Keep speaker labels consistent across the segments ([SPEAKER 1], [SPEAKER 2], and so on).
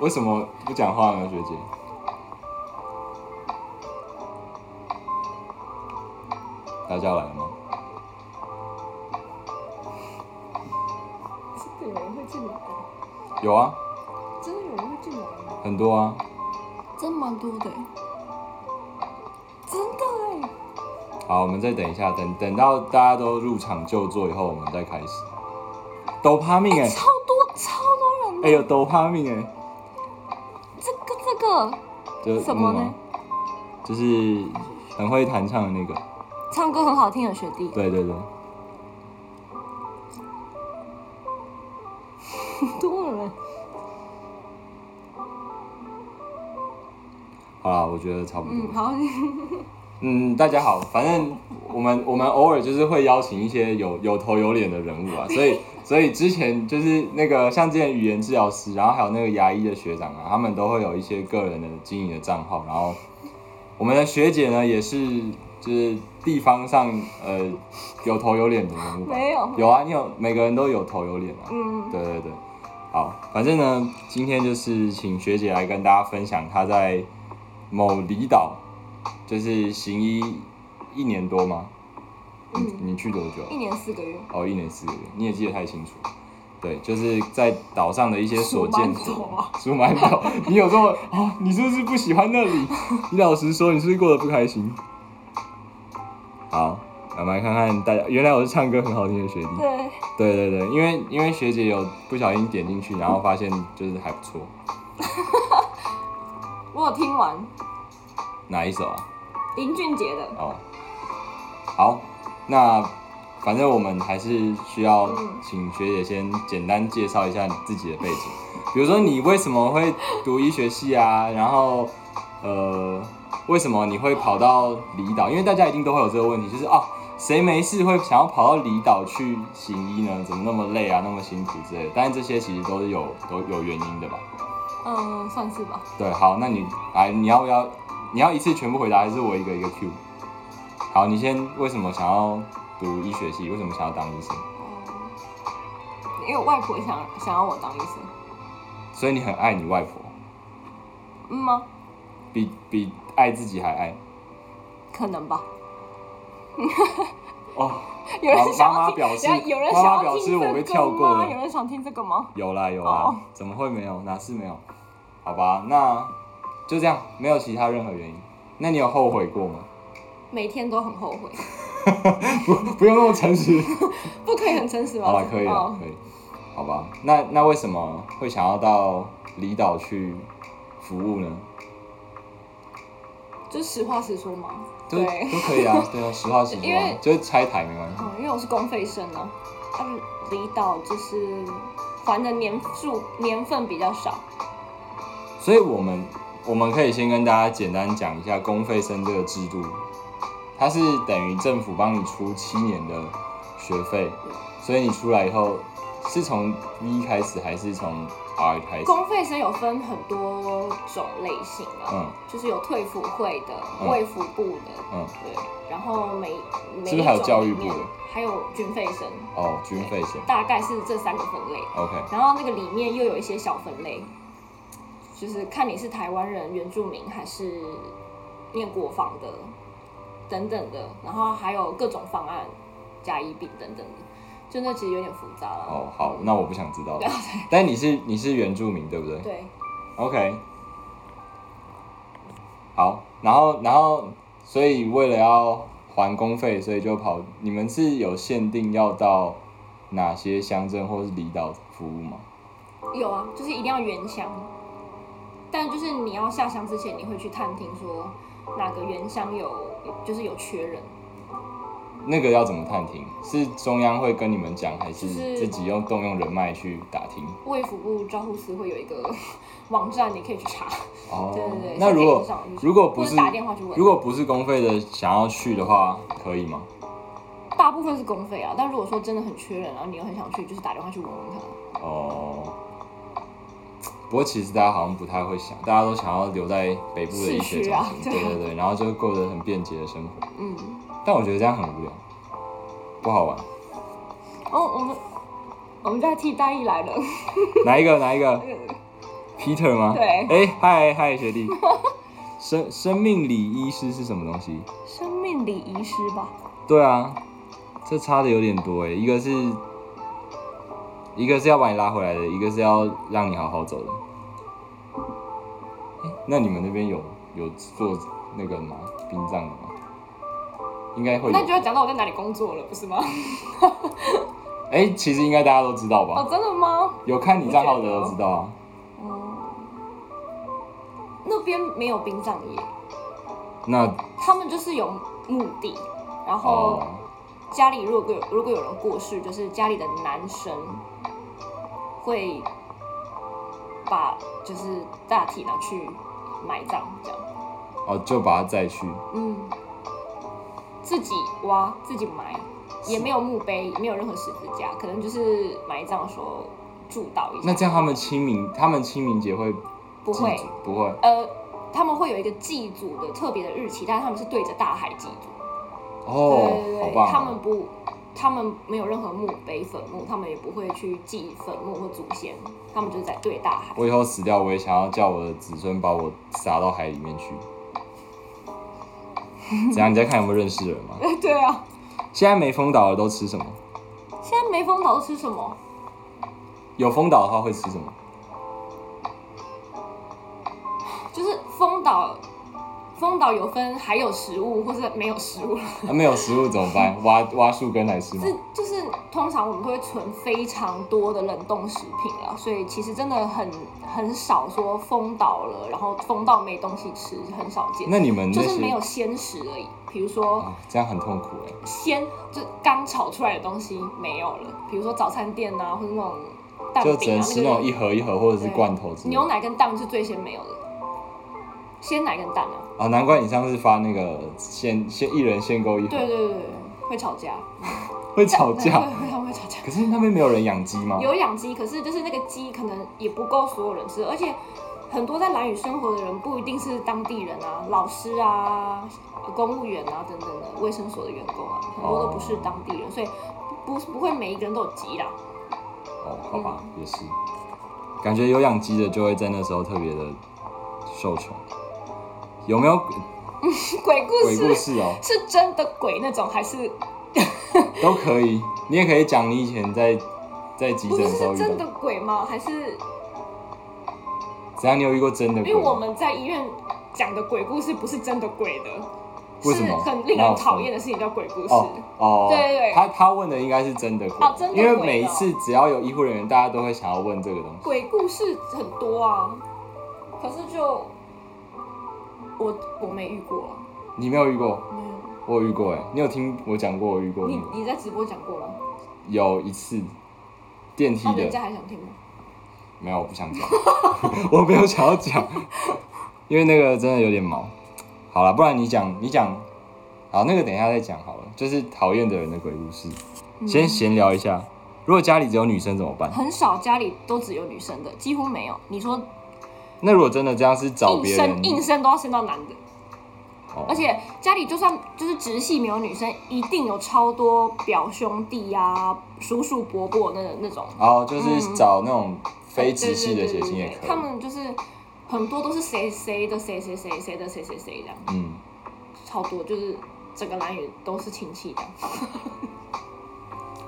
[SPEAKER 1] 为什么不讲话呢，学姐？大家来了吗？
[SPEAKER 2] 真的有人会进来吗？
[SPEAKER 1] 有啊，
[SPEAKER 2] 真的有人会进来吗？
[SPEAKER 1] 很多啊。
[SPEAKER 2] 这么多的欸、真的哎、
[SPEAKER 1] 好，我们再等一下，等等到大家都入场就座以后，我们再开始。抖趴命哎、欸，
[SPEAKER 2] 超多超多人的、
[SPEAKER 1] 哎呦，抖趴命哎、
[SPEAKER 2] 这个这个
[SPEAKER 1] 就
[SPEAKER 2] 什么
[SPEAKER 1] 那个吗
[SPEAKER 2] 呢？
[SPEAKER 1] 就是很会弹唱的那个。
[SPEAKER 2] 唱歌很好听的学弟，
[SPEAKER 1] 对对对，
[SPEAKER 2] 很 多人
[SPEAKER 1] 好啦，我觉得差不多。
[SPEAKER 2] 嗯好
[SPEAKER 1] 嗯，大家好，反正我们我们偶尔就是会邀请一些有有头有脸的人物啊，所以 所以之前就是那个像之前语言治疗师，然后还有那个牙医的学长啊，他们都会有一些个人的经营的账号，然后我们的学姐呢也是就是地方上呃有头有脸的人物吧，
[SPEAKER 2] 没有
[SPEAKER 1] 有啊，你有每个人都有头有脸啊，
[SPEAKER 2] 嗯
[SPEAKER 1] 对对对，好，反正呢，今天就是请学姐来跟大家分享她在某离岛就是行医一年多吗？
[SPEAKER 2] 嗯，
[SPEAKER 1] 你去多久啊？
[SPEAKER 2] 一年四个月，
[SPEAKER 1] 哦，一年四个月，你也记得太清楚。对，就是在岛上的一些所见所
[SPEAKER 2] 数馒头啊
[SPEAKER 1] 闻。数馒头，你有这么哦？你是不是不喜欢那 里？你老实说，你是不是过得不开心？好，我们来看看大家。原来我是唱歌很好听的学弟。
[SPEAKER 2] 对，
[SPEAKER 1] 对对对，因为因为学姐有不小心点进去，然后发现就是还不错。
[SPEAKER 2] 我有听完
[SPEAKER 1] 哪一首啊？
[SPEAKER 2] 林俊杰的，
[SPEAKER 1] 哦，好，那反正我们还是需要
[SPEAKER 2] 嗯
[SPEAKER 1] 请学姐先简单介绍一下你自己的背景，比如说你为什么会读医学系啊？然后呃，为什么你会跑到离岛？因为大家一定都会有这个问题，就是哦，谁没事会想要跑到离岛去行医呢？怎么那么累啊，那么辛苦之类的？但是这些其实都是有都有原因的吧？
[SPEAKER 2] 嗯，算是吧，
[SPEAKER 1] 对，好，那你来，你要不要？你要一次全部回答，还是我一个一个 Q？好，你先为什么想要读医学系？为什么想要当医生？
[SPEAKER 2] 嗯，因为我外婆想想要我当医生，
[SPEAKER 1] 所以你很爱你外婆，
[SPEAKER 2] 嗯吗？
[SPEAKER 1] 比比爱自己还爱。
[SPEAKER 2] 可能吧，
[SPEAKER 1] 哦，
[SPEAKER 2] 有人想
[SPEAKER 1] 妈妈
[SPEAKER 2] 要听，
[SPEAKER 1] 表示
[SPEAKER 2] 等一下有人
[SPEAKER 1] 妈
[SPEAKER 2] 想
[SPEAKER 1] 妈
[SPEAKER 2] 要
[SPEAKER 1] 表示
[SPEAKER 2] 听
[SPEAKER 1] 我
[SPEAKER 2] 这
[SPEAKER 1] 被
[SPEAKER 2] 个
[SPEAKER 1] 跳过
[SPEAKER 2] 吗
[SPEAKER 1] 了
[SPEAKER 2] 有人想听这个吗？
[SPEAKER 1] 有啦有啦
[SPEAKER 2] 哦
[SPEAKER 1] 怎么会没有？哪是没有？好吧，那就这样，没有其他任何原因。那你有后悔过吗？
[SPEAKER 2] 每天都很后悔，
[SPEAKER 1] 不，不用那么诚实。
[SPEAKER 2] 不可以很诚实吗？
[SPEAKER 1] 好了，可以了
[SPEAKER 2] 哦，
[SPEAKER 1] 可以，好吧。那那为什么会想要到离岛去服务呢？
[SPEAKER 2] 就实话实说嘛。
[SPEAKER 1] 都
[SPEAKER 2] 对，
[SPEAKER 1] 都可以啊， 对啊，实话实说、
[SPEAKER 2] 因
[SPEAKER 1] 啊
[SPEAKER 2] 为，
[SPEAKER 1] 就是拆台没关系。
[SPEAKER 2] 嗯，因为我是公费生啊，嗯，离岛就是还的年数年份比较少，
[SPEAKER 1] 所以我们我们可以先跟大家简单讲一下公费生这个制度，它是等于政府帮你出七年的学费，所以你出来以后是从 V 开始还是从 R 开始？
[SPEAKER 2] 公费生有分很多种类型啊，
[SPEAKER 1] 嗯
[SPEAKER 2] 就是有退辅会的、
[SPEAKER 1] 嗯
[SPEAKER 2] 卫福部的，
[SPEAKER 1] 嗯，
[SPEAKER 2] 对，然后每每
[SPEAKER 1] 是不是
[SPEAKER 2] 一种
[SPEAKER 1] 还有教育部
[SPEAKER 2] 里面
[SPEAKER 1] 的
[SPEAKER 2] 还有军费生，
[SPEAKER 1] 哦，军费生
[SPEAKER 2] 大概是这三个分类。
[SPEAKER 1] ，OK，
[SPEAKER 2] 然后那个里面又有一些小分类，就是看你是台湾人、原住民还是念国防的等等的，然后还有各种方案加一病等等的，就那其实有点复杂了。
[SPEAKER 1] 哦，好，那我不想知道
[SPEAKER 2] 对
[SPEAKER 1] 了。但你是你是原住民对不对？
[SPEAKER 2] 对，
[SPEAKER 1] OK，好，然后然后，所以为了要还公费，所以就跑。你们是有限定要到哪些乡镇或是离岛服务吗？
[SPEAKER 2] 有啊，就是一定要原乡，但就是你要下乡之前，你会去探听说哪个原乡有就是有缺人，
[SPEAKER 1] 那个要怎么探听？是中央会跟你们讲，还是
[SPEAKER 2] 就是
[SPEAKER 1] 自己用动用人脉去打听？
[SPEAKER 2] 卫福部招呼司会有一个 网站，你可以去查。
[SPEAKER 1] 哦，
[SPEAKER 2] 对对对，
[SPEAKER 1] 那如果
[SPEAKER 2] 像电影上
[SPEAKER 1] 如果
[SPEAKER 2] 或
[SPEAKER 1] 不
[SPEAKER 2] 者
[SPEAKER 1] 是
[SPEAKER 2] 打电话去问，
[SPEAKER 1] 如果不是公费的想要去的话，可以吗？
[SPEAKER 2] 大部分是公费啊，但如果说真的很缺人，然后你又很想去，就是打电话去问问他。
[SPEAKER 1] 哦，不过其实大家好像不太会想，大家都想要留在北部的医学
[SPEAKER 2] 市区
[SPEAKER 1] 中
[SPEAKER 2] 啊
[SPEAKER 1] 心，
[SPEAKER 2] 对
[SPEAKER 1] 对对对，然后就过着很便捷的生活。
[SPEAKER 2] 嗯，
[SPEAKER 1] 但我觉得这样很无聊，不好 玩。
[SPEAKER 2] 哦，我们我们家替代役来了，
[SPEAKER 1] 哪一个？哪一个？
[SPEAKER 2] 那个
[SPEAKER 1] Peter 吗？
[SPEAKER 2] 对
[SPEAKER 1] 哎、嗨嗨，学弟。生生命礼仪师是什么东西？
[SPEAKER 2] 生命礼仪师吧，
[SPEAKER 1] 对啊，这差的有点多哎，一个是，一个是要把你拉回来的，一个是要让你好好走的。诶那你们那边有有做那个吗？殡葬的吗？应该会有
[SPEAKER 2] 哦那。就要讲到我在哪里工作了，不是吗？
[SPEAKER 1] 哎、其实应该大家都知道吧？
[SPEAKER 2] 哦，真的吗？哦
[SPEAKER 1] 有看你账号的都知道啊。
[SPEAKER 2] 那边没有殡葬业，
[SPEAKER 1] 那
[SPEAKER 2] 他们就是有墓地，然后
[SPEAKER 1] 哦，
[SPEAKER 2] 家里如果有如果有人过世，就是家里的男生会把就是大体拿去埋葬，这样，
[SPEAKER 1] 哦，就把它再去。
[SPEAKER 2] 嗯，自己挖自己埋，也没有墓碑，也没有任何十字架，可能就是埋葬的时候祝祷一下。
[SPEAKER 1] 那这样他们清明，他们清明节会
[SPEAKER 2] 不
[SPEAKER 1] 祭
[SPEAKER 2] 会
[SPEAKER 1] 祖，不会
[SPEAKER 2] 呃，他们会有一个祭祖的特别的日期，但是他们是对着大海祭祖。
[SPEAKER 1] 哦
[SPEAKER 2] 对对，
[SPEAKER 1] 好
[SPEAKER 2] 对，
[SPEAKER 1] 棒、哦。
[SPEAKER 2] 他们不，他们没有任何墓碑坟墓，他们也不会去祭坟墓或祖先，他们就是在对大海。
[SPEAKER 1] 我以后死掉，我也想要叫我的子孙把我撒到海里面去。 怎样？你在看有没有认识人吗？
[SPEAKER 2] 对啊，
[SPEAKER 1] 现在没封岛的都吃什么？
[SPEAKER 2] 现在没封岛都吃什么？
[SPEAKER 1] 有封岛的话会吃什么？
[SPEAKER 2] 就是封岛，封岛有分还有食物或是没有食物了，
[SPEAKER 1] 啊，没有食物怎么办？挖挖树根来吃吗
[SPEAKER 2] 是？就是通常我们都会存非常多的冷冻食品啦，所以其实真的很很少说封岛了，然后封到没东西吃，很少见。
[SPEAKER 1] 那你们那
[SPEAKER 2] 就是没有
[SPEAKER 1] 些
[SPEAKER 2] 鲜食而已，比如说
[SPEAKER 1] 啊，这样很痛苦哎。
[SPEAKER 2] 鲜就刚炒出来的东西没有了，比如说早餐店啊，或者那种蛋饼
[SPEAKER 1] 就
[SPEAKER 2] 啊，
[SPEAKER 1] 只能吃那
[SPEAKER 2] 个
[SPEAKER 1] 种一盒一盒或者是罐头之类
[SPEAKER 2] 牛
[SPEAKER 1] 的。
[SPEAKER 2] 奶跟蛋是最先没有的，鲜奶跟蛋啊，
[SPEAKER 1] 啊，难怪你上次发那个限限一人限购一
[SPEAKER 2] 对
[SPEAKER 1] 盒，
[SPEAKER 2] 对对对，会吵架，
[SPEAKER 1] 会吵架。
[SPEAKER 2] 会 会会吵架。
[SPEAKER 1] 可是那边没有人养鸡吗？
[SPEAKER 2] 有养鸡，可是就是那个鸡可能也不够所有人吃，而且很多在兰屿生活的人不一定是当地人啊，老师啊、公务员啊等等的卫生所的员工啊，很多都不是当地人，所以不不会每一个人都有鸡 啦。
[SPEAKER 1] 哦，好吧，也是，感觉有养鸡的就会在那时候特别的受宠。有没有鬼
[SPEAKER 2] 鬼故
[SPEAKER 1] 鬼
[SPEAKER 2] 事
[SPEAKER 1] 故事哦？
[SPEAKER 2] 是真的鬼那种，还是
[SPEAKER 1] 都可以，你也可以讲你以前在在急
[SPEAKER 2] 不
[SPEAKER 1] 诊
[SPEAKER 2] 是
[SPEAKER 1] 的时候
[SPEAKER 2] 是
[SPEAKER 1] 遇
[SPEAKER 2] 真
[SPEAKER 1] 到
[SPEAKER 2] 的，鬼吗？还是
[SPEAKER 1] 怎样？你有遇过真的
[SPEAKER 2] 因
[SPEAKER 1] 鬼
[SPEAKER 2] 为我
[SPEAKER 1] 吗？
[SPEAKER 2] 们在医院讲的鬼故事不是真的鬼的，
[SPEAKER 1] 为
[SPEAKER 2] 是
[SPEAKER 1] 什么
[SPEAKER 2] 很令
[SPEAKER 1] 哪有
[SPEAKER 2] 人讨厌的事情叫鬼故事。
[SPEAKER 1] 哦哦，
[SPEAKER 2] 对对对
[SPEAKER 1] 他他问的应该是真的鬼，
[SPEAKER 2] 哦真的
[SPEAKER 1] 因为
[SPEAKER 2] 鬼
[SPEAKER 1] 每一
[SPEAKER 2] 哦
[SPEAKER 1] 次只要有医护人员，大家都会想要问这个东西。
[SPEAKER 2] 鬼故事很多啊，可是就我我没遇过、啊，
[SPEAKER 1] 你没有遇过？
[SPEAKER 2] 没有。
[SPEAKER 1] 我有遇过哎，你有听我讲过我遇过
[SPEAKER 2] 你
[SPEAKER 1] 那个
[SPEAKER 2] 你在直播讲过吗？
[SPEAKER 1] 有一次电梯
[SPEAKER 2] 那、
[SPEAKER 1] 的
[SPEAKER 2] 人，家还想听吗？
[SPEAKER 1] 没有，我不想讲， 我没有想要讲，因为那个真的有点毛。好了，不然你讲，你讲，好，那个等一下再讲好了。就是讨厌的人的鬼故事，
[SPEAKER 2] 嗯
[SPEAKER 1] 先闲聊一下。如果家里只有女生怎么办？
[SPEAKER 2] 很少，家里都只有女生的，几乎没有。你说
[SPEAKER 1] 那如果真的这样是找
[SPEAKER 2] 硬
[SPEAKER 1] 别人
[SPEAKER 2] 生，硬生都要生到男的，
[SPEAKER 1] 哦
[SPEAKER 2] 而且家里就算就是直系没有女生，一定有超多表兄弟呀、叔叔伯伯那那种
[SPEAKER 1] 哦，就是找那种非直系的
[SPEAKER 2] 对对对
[SPEAKER 1] 血
[SPEAKER 2] 对
[SPEAKER 1] 亲也
[SPEAKER 2] 对
[SPEAKER 1] 可以。
[SPEAKER 2] 嗯他们就是很多都是谁谁的谁谁谁谁的谁谁谁这样，
[SPEAKER 1] 嗯，
[SPEAKER 2] 超多就是整个蓝屿都是亲戚的，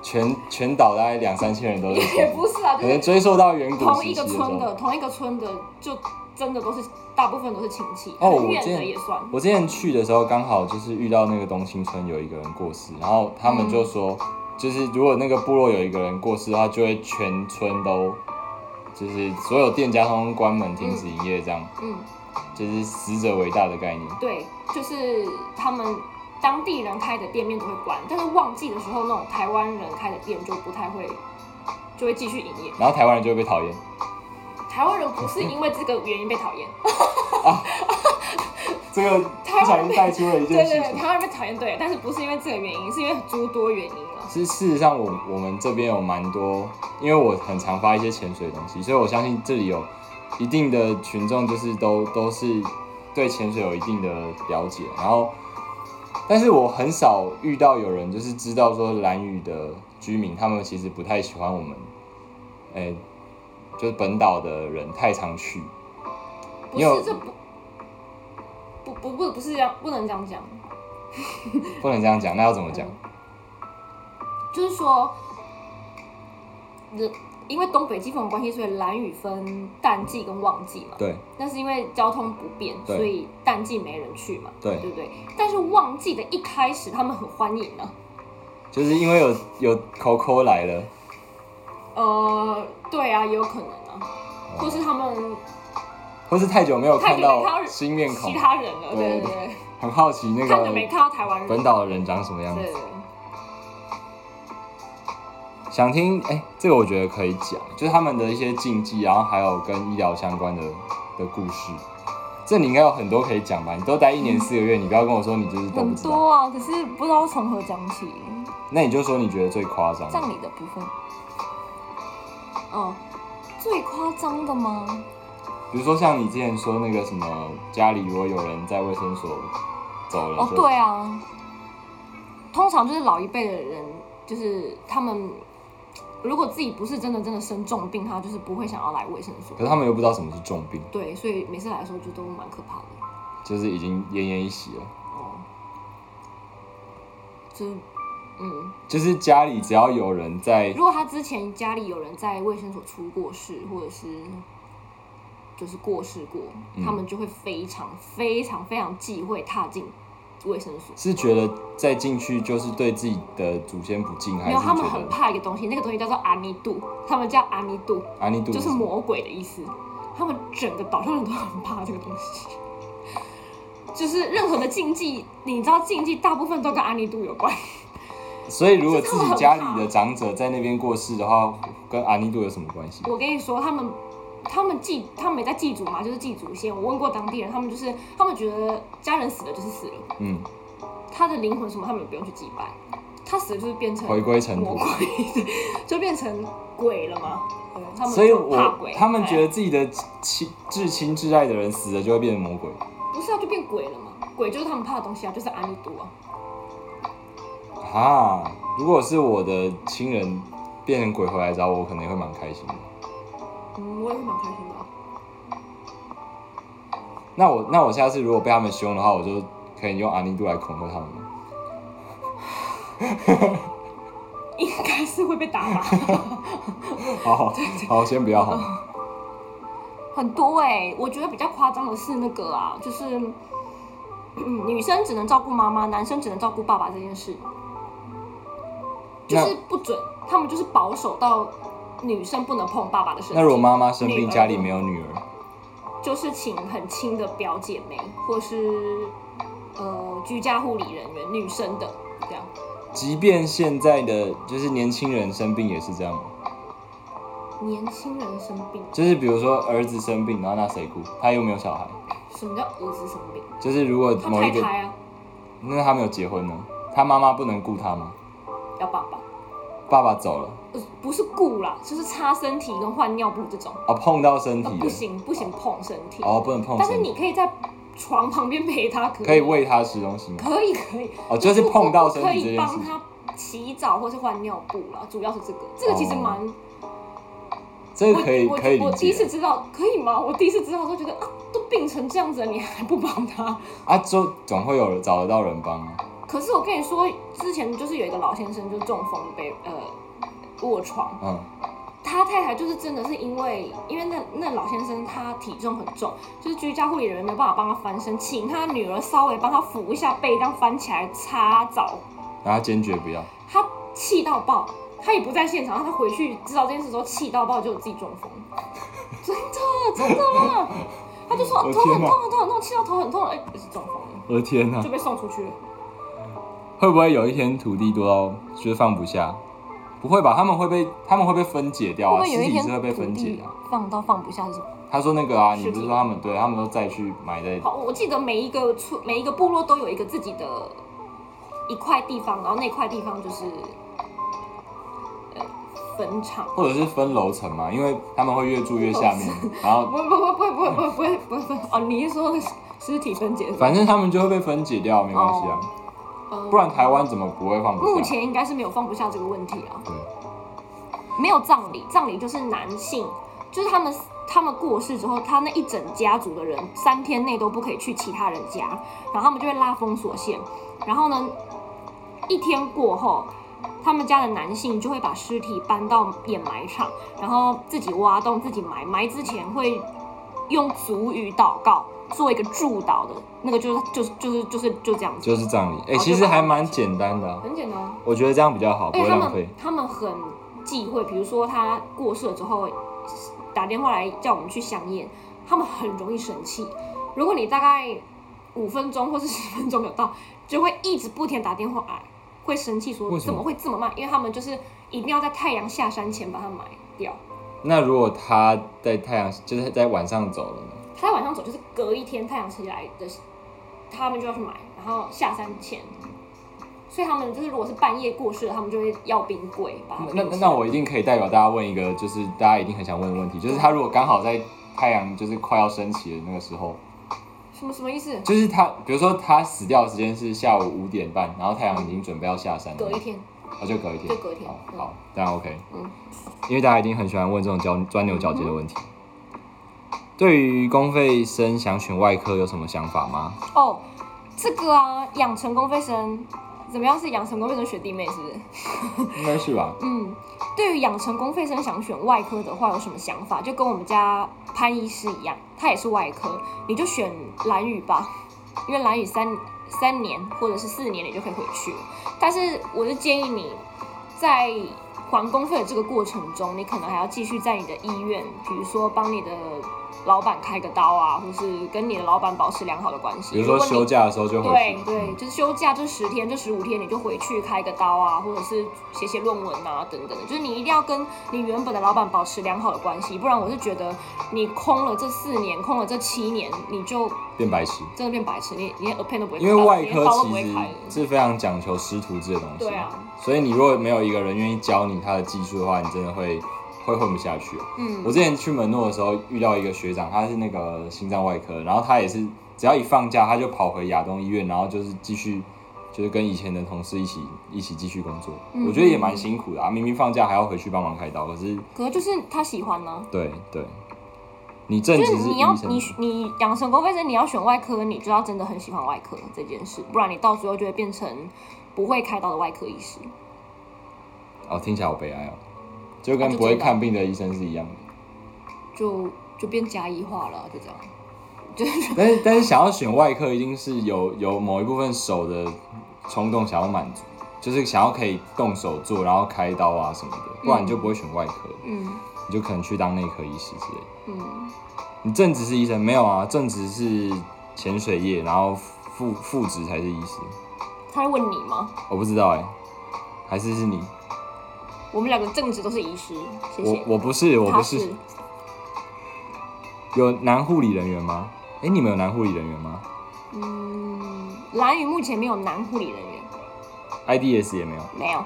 [SPEAKER 1] 全全岛大概两三千人都认
[SPEAKER 2] 也
[SPEAKER 1] 识，
[SPEAKER 2] 不是啊，
[SPEAKER 1] 可
[SPEAKER 2] 就
[SPEAKER 1] 能
[SPEAKER 2] 是
[SPEAKER 1] 追溯到远古
[SPEAKER 2] 同
[SPEAKER 1] 时
[SPEAKER 2] 一
[SPEAKER 1] 期
[SPEAKER 2] 个
[SPEAKER 1] 时
[SPEAKER 2] 村
[SPEAKER 1] 候。
[SPEAKER 2] 的同一个村的就真的都是大部分都是亲戚，
[SPEAKER 1] 哦我
[SPEAKER 2] 很远
[SPEAKER 1] 之前
[SPEAKER 2] 的也算。
[SPEAKER 1] 我之前去的时候，刚好就是遇到那个东青村有一个人过世，然后他们就说，就是如果那个部落有一个人过世的话，就会全村都，就是所有店家通通关门，停止营业，这样，
[SPEAKER 2] 嗯，
[SPEAKER 1] 就是死者为大的概念。
[SPEAKER 2] 对，就是他们当地人开的店面都会关，但是旺季的时候那种台湾人开的店就不太会，就会继续营业。
[SPEAKER 1] 然后台湾人就会被讨厌，
[SPEAKER 2] 台湾人不是因为这个原因被讨厌，
[SPEAKER 1] 这个不小心带出了一
[SPEAKER 2] 对
[SPEAKER 1] 件
[SPEAKER 2] 对
[SPEAKER 1] 事
[SPEAKER 2] 对，
[SPEAKER 1] 情。
[SPEAKER 2] 台湾人被讨厌对，但是不是因为这个原因，是因为诸多原因啊。
[SPEAKER 1] 是事实上我，我们这边有蛮多，因为我很常发一些潜水的东西，所以我相信这里有一定的群众，就是都都是对潜水有一定的了解。然后，但是我很少遇到有人就是知道说蓝屿的居民，他们其实不太喜欢我们，哎、就是本岛的人太常去，
[SPEAKER 3] 不
[SPEAKER 1] 你有
[SPEAKER 3] 是这不不不不不是这样，不能这样讲。
[SPEAKER 1] 不能这样讲，那要怎么讲？
[SPEAKER 3] 就是说，人因为东北季风的关系，所以蓝雨分淡季跟旺季嘛。
[SPEAKER 1] 对
[SPEAKER 3] 但是因为交通不便，
[SPEAKER 1] 对
[SPEAKER 3] 所以淡季没人去嘛，
[SPEAKER 1] 对，
[SPEAKER 3] 对不对？但是旺季的一开始，他们很欢迎啊。
[SPEAKER 1] 就是因为有有 Coco 来了，
[SPEAKER 3] 呃，对啊，也有可能啊，
[SPEAKER 1] 哦
[SPEAKER 3] 或是他们
[SPEAKER 1] 或是太久没有看
[SPEAKER 3] 太久没看
[SPEAKER 1] 到
[SPEAKER 3] 到
[SPEAKER 1] 新面孔
[SPEAKER 3] 其，他人
[SPEAKER 2] 啊
[SPEAKER 3] 了，
[SPEAKER 1] 对
[SPEAKER 3] 对对对，
[SPEAKER 1] 很好奇那
[SPEAKER 3] 看着没
[SPEAKER 1] 个
[SPEAKER 3] 看到台湾人，
[SPEAKER 1] 本岛的人长什么样
[SPEAKER 3] 对
[SPEAKER 1] 子。
[SPEAKER 3] 对对
[SPEAKER 1] 想听哎、这个我觉得可以讲，就是他们的一些禁忌，然后还有跟医疗相关的的故事。这你应该有很多可以讲吧？你都待一年四个月，你不要跟我说你就是都不
[SPEAKER 2] 很
[SPEAKER 1] 知道，
[SPEAKER 2] 多啊，可是不知道从何讲起。
[SPEAKER 1] 那你就说你觉得最夸张的。
[SPEAKER 2] 葬礼的部分，哦，最夸张的吗？
[SPEAKER 1] 比如说像你之前说那个什么，家里如果有人在卫生所走了，
[SPEAKER 2] 哦，
[SPEAKER 1] 就
[SPEAKER 2] 对啊，通常就是老一辈的人，就是他们如果自己不是真的真的生重病，他就是不会想要来卫生所
[SPEAKER 1] 可。是他们又不知道什么是重病，
[SPEAKER 2] 对，所以每次来的时候就都蛮可怕的。
[SPEAKER 1] 就是已经奄奄一息了。
[SPEAKER 2] 哦，就是嗯，
[SPEAKER 1] 就是家里只要有人在
[SPEAKER 2] 如果他之前家里有人在卫生所出过事，或者是就是过世过，
[SPEAKER 1] 嗯
[SPEAKER 2] 他们就会非常非常非常忌讳踏进卫生所。
[SPEAKER 1] 是觉得再进去就是对自己的祖先不敬，还是
[SPEAKER 2] 没有，他们
[SPEAKER 1] 觉
[SPEAKER 2] 很
[SPEAKER 1] 得
[SPEAKER 2] 怕一个东西，那个东西叫做阿尼度，他们叫阿尼度，
[SPEAKER 1] 阿尼杜
[SPEAKER 2] 就是
[SPEAKER 1] 什么
[SPEAKER 2] 魔鬼的意思。他们整个岛上人都很怕这个东西，就是任何的禁忌，你知道禁忌大部分都跟阿尼度有关。
[SPEAKER 1] 所以如果自己家里的长者在那边过世的话，跟阿尼杜有什么关系？
[SPEAKER 2] 我跟你说，他们他们祭，他们也在祭祖嘛，就是祭祖先。我问过当地人，他们就是他们觉得家人死了就是死了，
[SPEAKER 1] 嗯，
[SPEAKER 2] 他的灵魂什么他们也不用去祭拜，他死了就是变成
[SPEAKER 1] 回归尘土
[SPEAKER 2] 魔鬼。， 就变成鬼了嘛。对，他们
[SPEAKER 1] 所以
[SPEAKER 2] 就怕
[SPEAKER 1] 我
[SPEAKER 2] 鬼，
[SPEAKER 1] 他们
[SPEAKER 2] 哎
[SPEAKER 1] 觉得自己的亲至亲至爱的人死了就会变成魔鬼，
[SPEAKER 2] 不是啊，就变鬼了嘛。鬼就是他们怕的东西啊，就是阿尼多啊。
[SPEAKER 1] 啊！如果是我的亲人变成鬼回来找我，我可能也会蛮开心的。
[SPEAKER 2] 嗯，我也会蛮开心的啊、
[SPEAKER 1] 那我那我下次如果被他们凶的话，我就可以用阿尼杜来恐吓他们吗。
[SPEAKER 2] 应该是会被打吧。
[SPEAKER 1] 好 好好，先不要好。
[SPEAKER 2] 很多哎、我觉得比较夸张的是那个啊，就是、嗯、女生只能照顾妈妈，男生只能照顾爸爸这件事，就
[SPEAKER 1] 那
[SPEAKER 2] 是不准，他们就是保守到女生不能碰爸爸的身
[SPEAKER 1] 那如果
[SPEAKER 2] 体，
[SPEAKER 1] 妈妈生病，
[SPEAKER 2] 女儿
[SPEAKER 1] 家里没有女儿，
[SPEAKER 2] 就是请很亲的表姐妹或是呃居家护理人员，女生的这样。
[SPEAKER 1] 即便现在的就是年轻人生病也是这样吗？
[SPEAKER 2] 年轻人生病，
[SPEAKER 1] 就是比如说儿子生病，然后那谁顾？他又没有小孩，
[SPEAKER 2] 什么叫儿子生病？
[SPEAKER 1] 就是如果
[SPEAKER 2] 他
[SPEAKER 1] 某
[SPEAKER 2] 太
[SPEAKER 1] 一个，
[SPEAKER 2] 太啊，
[SPEAKER 1] 那他没有结婚呢，他妈妈不能顾他吗？
[SPEAKER 2] 要爸爸，
[SPEAKER 1] 爸爸走了
[SPEAKER 2] 呃不是顾啦，就是擦身体跟换尿布这种，
[SPEAKER 1] 啊，碰到身体
[SPEAKER 2] 呃、
[SPEAKER 1] 了
[SPEAKER 2] 不，行不行碰身体。
[SPEAKER 1] 哦，不能碰
[SPEAKER 2] 但是
[SPEAKER 1] 身体，
[SPEAKER 2] 你可以在床旁边陪他，可以
[SPEAKER 1] 可以喂他吃东西吗？
[SPEAKER 2] 可以可以，
[SPEAKER 1] 哦，就是碰到身
[SPEAKER 2] 可
[SPEAKER 1] 体这
[SPEAKER 2] 以
[SPEAKER 1] 件
[SPEAKER 2] 帮
[SPEAKER 1] 事，
[SPEAKER 2] 他洗澡或是换尿布啦，主要是这个，这个其实蛮、
[SPEAKER 1] 哦这个可以
[SPEAKER 2] 我
[SPEAKER 1] 可以
[SPEAKER 2] 我
[SPEAKER 1] 理
[SPEAKER 2] 我第一次
[SPEAKER 1] 解
[SPEAKER 2] 知道可以吗？我第一次知道的时候觉得啊，都病成这样子了，你还不帮他？
[SPEAKER 1] 啊，就总会有人找得到人帮啊。
[SPEAKER 2] 可是我跟你说，之前就是有一个老先生就中风被呃卧床，
[SPEAKER 1] 嗯，
[SPEAKER 2] 他太太就是真的是因为，因为那那老先生他体重很重，就是居家护理人员没办法帮他翻身，请他女儿稍微帮他扶一下背，这样翻起来擦澡，
[SPEAKER 1] 然后他坚决不要，
[SPEAKER 2] 他气到爆，他也不在现场，他回去知道这件事之后气到爆，就自己中风，真的真的啦，他就说
[SPEAKER 1] 我
[SPEAKER 2] 头
[SPEAKER 1] 天
[SPEAKER 2] 很
[SPEAKER 1] 哪
[SPEAKER 2] 痛很痛很痛，气到头很痛，哎、就是中风了，
[SPEAKER 1] 我的天哪、
[SPEAKER 2] 就被送出去了。
[SPEAKER 1] 会不会有一天土地多到就是放不下？不会吧？他们会被他们会被分解掉啊，
[SPEAKER 2] 会不会有
[SPEAKER 1] 尸体
[SPEAKER 2] 一天
[SPEAKER 1] 是会被分
[SPEAKER 2] 土
[SPEAKER 1] 解
[SPEAKER 2] 地
[SPEAKER 1] 的啊。
[SPEAKER 2] 放到放不下是什么？
[SPEAKER 1] 他说那个啊，你
[SPEAKER 2] 尸
[SPEAKER 1] 不是
[SPEAKER 2] 体
[SPEAKER 1] 说他们对他们都再去埋在
[SPEAKER 2] 好，我记得每一个村、每一个部落都有一个自己的一块地方，然后那块地方就是呃坟场。
[SPEAKER 1] 或者是分楼层嘛，因为他们会越住越下面，然
[SPEAKER 2] 不
[SPEAKER 1] 后
[SPEAKER 2] 不不不不不不不不哦！你是说尸体分解？
[SPEAKER 1] 反正他们就会被分解掉，没关系啊。
[SPEAKER 2] 呃
[SPEAKER 1] 不然台湾怎么不会放不下？
[SPEAKER 2] 目前应啊该是没有放不下这个问题啊，
[SPEAKER 1] 对，
[SPEAKER 2] 没有葬礼，葬礼就是男性就是他们他们过世之后，他那一整家族的人三天内都不可以去其他人家，然后他们就会拉封锁线，然后呢，一天过后。他们家的男性就会把尸体搬到掩埋场，然后自己挖洞自己埋。埋之前会用族语祷告做一个祝祷的，那个就是就是就是就是就这样子，
[SPEAKER 1] 就是葬礼。哎、
[SPEAKER 2] 哦
[SPEAKER 1] 其
[SPEAKER 2] 就
[SPEAKER 1] 实
[SPEAKER 2] 把它
[SPEAKER 1] 还蛮简单的啊、
[SPEAKER 2] 很简单啊。
[SPEAKER 1] 我觉得这样比较好，不
[SPEAKER 2] 而
[SPEAKER 1] 会
[SPEAKER 2] 且他
[SPEAKER 1] 浪
[SPEAKER 2] 们
[SPEAKER 1] 费。
[SPEAKER 2] 他们很忌讳，比如说他过世了之后打电话来叫我们去香烟，他们很容易生气。如果你大概五分钟或是十分钟有到，就会一直不停地打电话来，会生气说
[SPEAKER 1] 为什么
[SPEAKER 2] 怎么会这么慢？因为他们就是一定要在太阳下山前把它埋掉。
[SPEAKER 1] 那如果他在太阳，就是在晚上走了呢？
[SPEAKER 2] 他在晚上走，就是隔一天太阳起来的，他们就要去买，然后下山前。所以他们就是，如果是半夜过世的，他们就会要冰柜把它冰
[SPEAKER 1] 那那
[SPEAKER 2] 起来
[SPEAKER 1] 那我一定可以代表大家问一个，就是大家一定很想问的问题，就是他如果刚好在太阳就是快要升起的那个时候，
[SPEAKER 2] 什么什么意思？
[SPEAKER 1] 就是他，比如说他死掉的时间是下午五点半，然后太阳已经准备要下山了，
[SPEAKER 2] 隔一天，
[SPEAKER 1] 哦，就隔一天，
[SPEAKER 2] 就隔一天
[SPEAKER 1] 好
[SPEAKER 2] 嗯
[SPEAKER 1] 好，当然 OK，
[SPEAKER 2] 嗯
[SPEAKER 1] 因为大家一定很喜欢问这种钻钻牛角尖的问题。对于公费生想选外科有什么想法吗？
[SPEAKER 2] 哦，这个啊，养成公费生怎么样是养成公费生学弟妹是不是？
[SPEAKER 1] 应该是吧。
[SPEAKER 2] 嗯，对于养成公费生想选外科的话，有什么想法？就跟我们家潘医师一样，他也是外科，你就选蓝宇吧，因为蓝宇三三年或者是四年你就可以回去了。但是我是建议你在还公费的这个过程中，你可能还要继续在你的医院，比如说帮你的老板开个刀啊，或是跟你的老板保持良好的关系。
[SPEAKER 1] 比如说
[SPEAKER 2] 果你
[SPEAKER 1] 休假的时候就回
[SPEAKER 2] 对
[SPEAKER 1] 去，
[SPEAKER 2] 对，就是休假这十天、这十五天，你就回去开个刀啊，或者是写写论文啊，等等的。就是你一定要跟你原本的老板保持良好的关系，不然我是觉得你空了这四年，空了这七年，你就
[SPEAKER 1] 变白痴。
[SPEAKER 2] 真的变白痴，你你连 open 都不会
[SPEAKER 1] 因为
[SPEAKER 2] 看到
[SPEAKER 1] 外
[SPEAKER 2] 连
[SPEAKER 1] 科
[SPEAKER 2] 刀都不
[SPEAKER 1] 其
[SPEAKER 2] 会
[SPEAKER 1] 实
[SPEAKER 2] 开了。
[SPEAKER 1] 是非常讲求师徒制的东西，
[SPEAKER 2] 对啊，
[SPEAKER 1] 所以你如果没有一个人愿意教你他的技术的话，你真的会会混不下去。
[SPEAKER 2] 嗯
[SPEAKER 1] 我之前去门诺的时候遇到一个学长，他是那个心脏外科，然后他也是只要一放假，他就跑回亚东医院，然后就是继续就是跟以前的同事一起一起继续工作。
[SPEAKER 2] 嗯
[SPEAKER 1] 我觉得也蛮辛苦的啊，明明放假还要回去帮忙开刀，可是
[SPEAKER 2] 可是就是他喜欢呢、
[SPEAKER 1] 对对，你正
[SPEAKER 2] 就
[SPEAKER 1] 职
[SPEAKER 2] 是
[SPEAKER 1] 是
[SPEAKER 2] 你要
[SPEAKER 1] 医生
[SPEAKER 2] 你你养成公费生，你要选外科，你就要真的很喜欢外科这件事，不然你到最后就会变成不会开刀的外科医师。
[SPEAKER 1] 哦，听起来好悲哀哦，就
[SPEAKER 2] 啊
[SPEAKER 1] 跟
[SPEAKER 2] 就
[SPEAKER 1] 不会
[SPEAKER 2] 真的
[SPEAKER 1] 看病的医生是一样的。
[SPEAKER 2] 就就变加一化了，啊就这样。
[SPEAKER 1] 但是但是想要选外科，一定是有有某一部分手的冲动想要满足，就是想要可以动手做，然后开刀啊什么的，不然你就不会选外科，
[SPEAKER 2] 嗯
[SPEAKER 1] 你就可能去当内科医师之类的。
[SPEAKER 2] 嗯，
[SPEAKER 1] 你正职是医生没有啊？正职是潜水业，然后副副职才是医师。
[SPEAKER 2] 他在问你吗？
[SPEAKER 1] 我不知道哎、还是是你？
[SPEAKER 2] 我们两个正职都是医师，谢
[SPEAKER 1] 我
[SPEAKER 2] 谢。
[SPEAKER 1] 我不是我
[SPEAKER 2] 他
[SPEAKER 1] 不是有男护理人员吗？哎、你们有男护理人员吗
[SPEAKER 2] 嗯，蓝宇目前没有男护理人员，
[SPEAKER 1] ？IDS 也没有，
[SPEAKER 2] 没有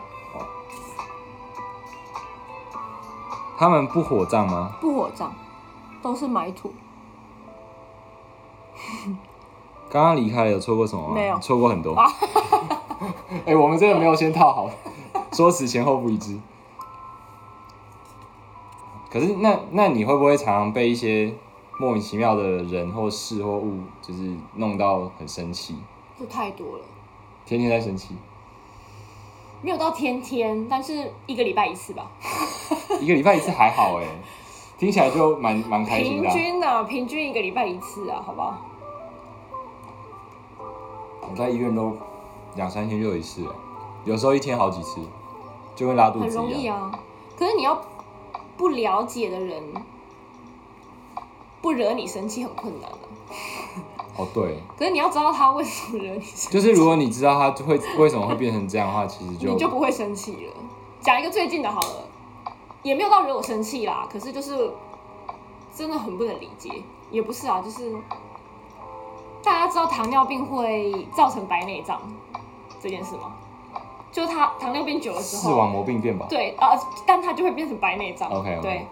[SPEAKER 1] 他们不火葬吗？
[SPEAKER 2] 不火葬，都是埋土。
[SPEAKER 1] 刚刚离开了，有错过什么吗？
[SPEAKER 2] 没有哦
[SPEAKER 1] 错过很 多。哎、我们真的没有先套好， 说辞前后不一致。可是那那你会不会常常被一些莫名其妙的人或事或物，就是弄到很生气，
[SPEAKER 2] 这太多了，
[SPEAKER 1] 天天在生气，
[SPEAKER 2] 没有到天天，但是一个礼拜一次吧，
[SPEAKER 1] 一个礼拜一次还好哎、听起来就蛮蛮开心
[SPEAKER 2] 平
[SPEAKER 1] 的啊、
[SPEAKER 2] 均啊，平均一个礼拜一次啊，好不好？
[SPEAKER 1] 我在医院都两三天就有一次、欸，有时候一天好几次，就跟拉肚
[SPEAKER 2] 很
[SPEAKER 1] 子
[SPEAKER 2] 容
[SPEAKER 1] 一
[SPEAKER 2] 易
[SPEAKER 1] 样。
[SPEAKER 2] 啊。可是你要不了解的人，不惹你生气很困难啊。
[SPEAKER 1] 哦，对，
[SPEAKER 2] 可是你要知道他为什么惹你生气。
[SPEAKER 1] 就是如果你知道他会为什么会变成这样的话，其实就
[SPEAKER 2] 你就不会生气了。讲一个最近的好了，也没有到惹我生气啦，可是就是真的很不能理解，也不是啊，就是大家知道糖尿病会造成白内障这件事吗？就他糖尿病久了之
[SPEAKER 1] 视
[SPEAKER 2] 后，
[SPEAKER 1] 网膜病变吧。
[SPEAKER 2] 对啊、呃但他就会变成白内障。
[SPEAKER 1] OK，OK
[SPEAKER 2] 对。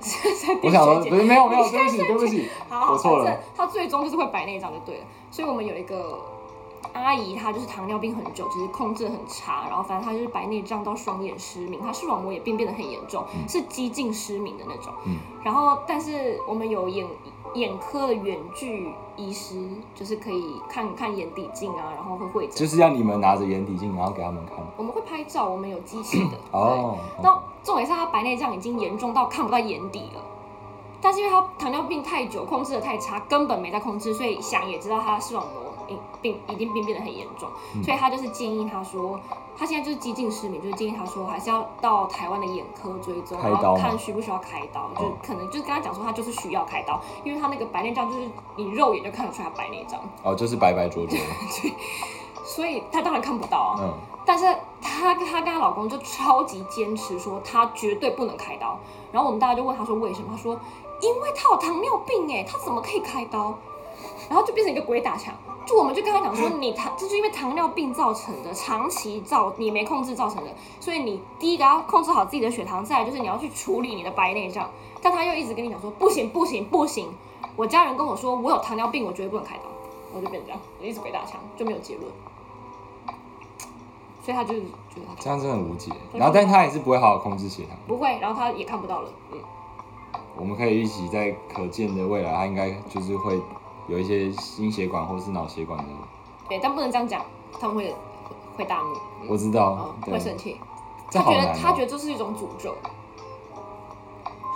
[SPEAKER 2] 在
[SPEAKER 1] 我想说，
[SPEAKER 2] 冰雪
[SPEAKER 1] 不
[SPEAKER 2] 姐
[SPEAKER 1] 是没有没 有，对不起对不起，
[SPEAKER 2] 好好，
[SPEAKER 1] 我错了
[SPEAKER 2] 反正他最终就是会白内障就对了。所以我们有一个阿姨她就是糖尿病很久，就是控制很差，然后反正她就是白内障到双眼失明，她视网膜也病变得很严重，
[SPEAKER 1] 嗯
[SPEAKER 2] 是几近失明的那种。
[SPEAKER 1] 嗯
[SPEAKER 2] 然后，但是我们有眼眼科的远距医师，就是可以看看眼底镜啊，然后会会诊。
[SPEAKER 1] 就是要你们拿着眼底镜，然后给他们看。
[SPEAKER 2] 我们会拍照，我们有机器 的。对。
[SPEAKER 1] 哦，
[SPEAKER 2] 那重点是他白内障已经严重到看不到眼底了，但是因为他糖尿病太久，控制的太差，根本没在控制，所以想也知道他视网膜病病已经病变得很严重，
[SPEAKER 1] 嗯
[SPEAKER 2] 所以他就是建议他说，他现在就是几近失明，就是建议他说还是要到台湾的眼科追踪，
[SPEAKER 1] 开
[SPEAKER 2] 然
[SPEAKER 1] 刀吗
[SPEAKER 2] 后看需不需要开刀，就
[SPEAKER 1] 哦
[SPEAKER 2] 可能就是跟他讲说他就是需要开刀，因为他那个白内障就是你肉眼就看得出来他白内障，
[SPEAKER 1] 哦，就是白白灼灼。
[SPEAKER 2] 所以他当然看不到啊。
[SPEAKER 1] 嗯，
[SPEAKER 2] 但是她她跟她老公就超级坚持说，她绝对不能开刀。然后我们大家就问她说为什么？她说因为她有糖尿病哎、她怎么可以开刀？然后就变成一个鬼打墙。就我们就跟她讲说，你糖这就是因为糖尿病造成的，长期造你没控制造成的，所以你第一个要控制好自己的血糖，再来就是你要去处理你的白内障。但她又一直跟你讲说不行不行不行，我家人跟我说我有糖尿病，我绝对不能开刀，我就变成这样，我一直鬼打墙，就没有结论。所以她就是觉得她
[SPEAKER 1] 这样真的很无 解。然后，但他还是不会好好控制血糖。
[SPEAKER 2] 不会，然后他也看不到了，嗯，
[SPEAKER 1] 我们可以一起在可见的未来，他应该就是会有一些心血管或是脑血管的。
[SPEAKER 2] 对，但不能这样讲，他们会会大怒，
[SPEAKER 1] 我知
[SPEAKER 2] 嗯
[SPEAKER 1] 道，，哦对
[SPEAKER 2] 会，生气，
[SPEAKER 1] 这
[SPEAKER 2] 他
[SPEAKER 1] 好
[SPEAKER 2] 觉
[SPEAKER 1] 难
[SPEAKER 2] 得
[SPEAKER 1] 哦。
[SPEAKER 2] 他觉得这是一种诅咒，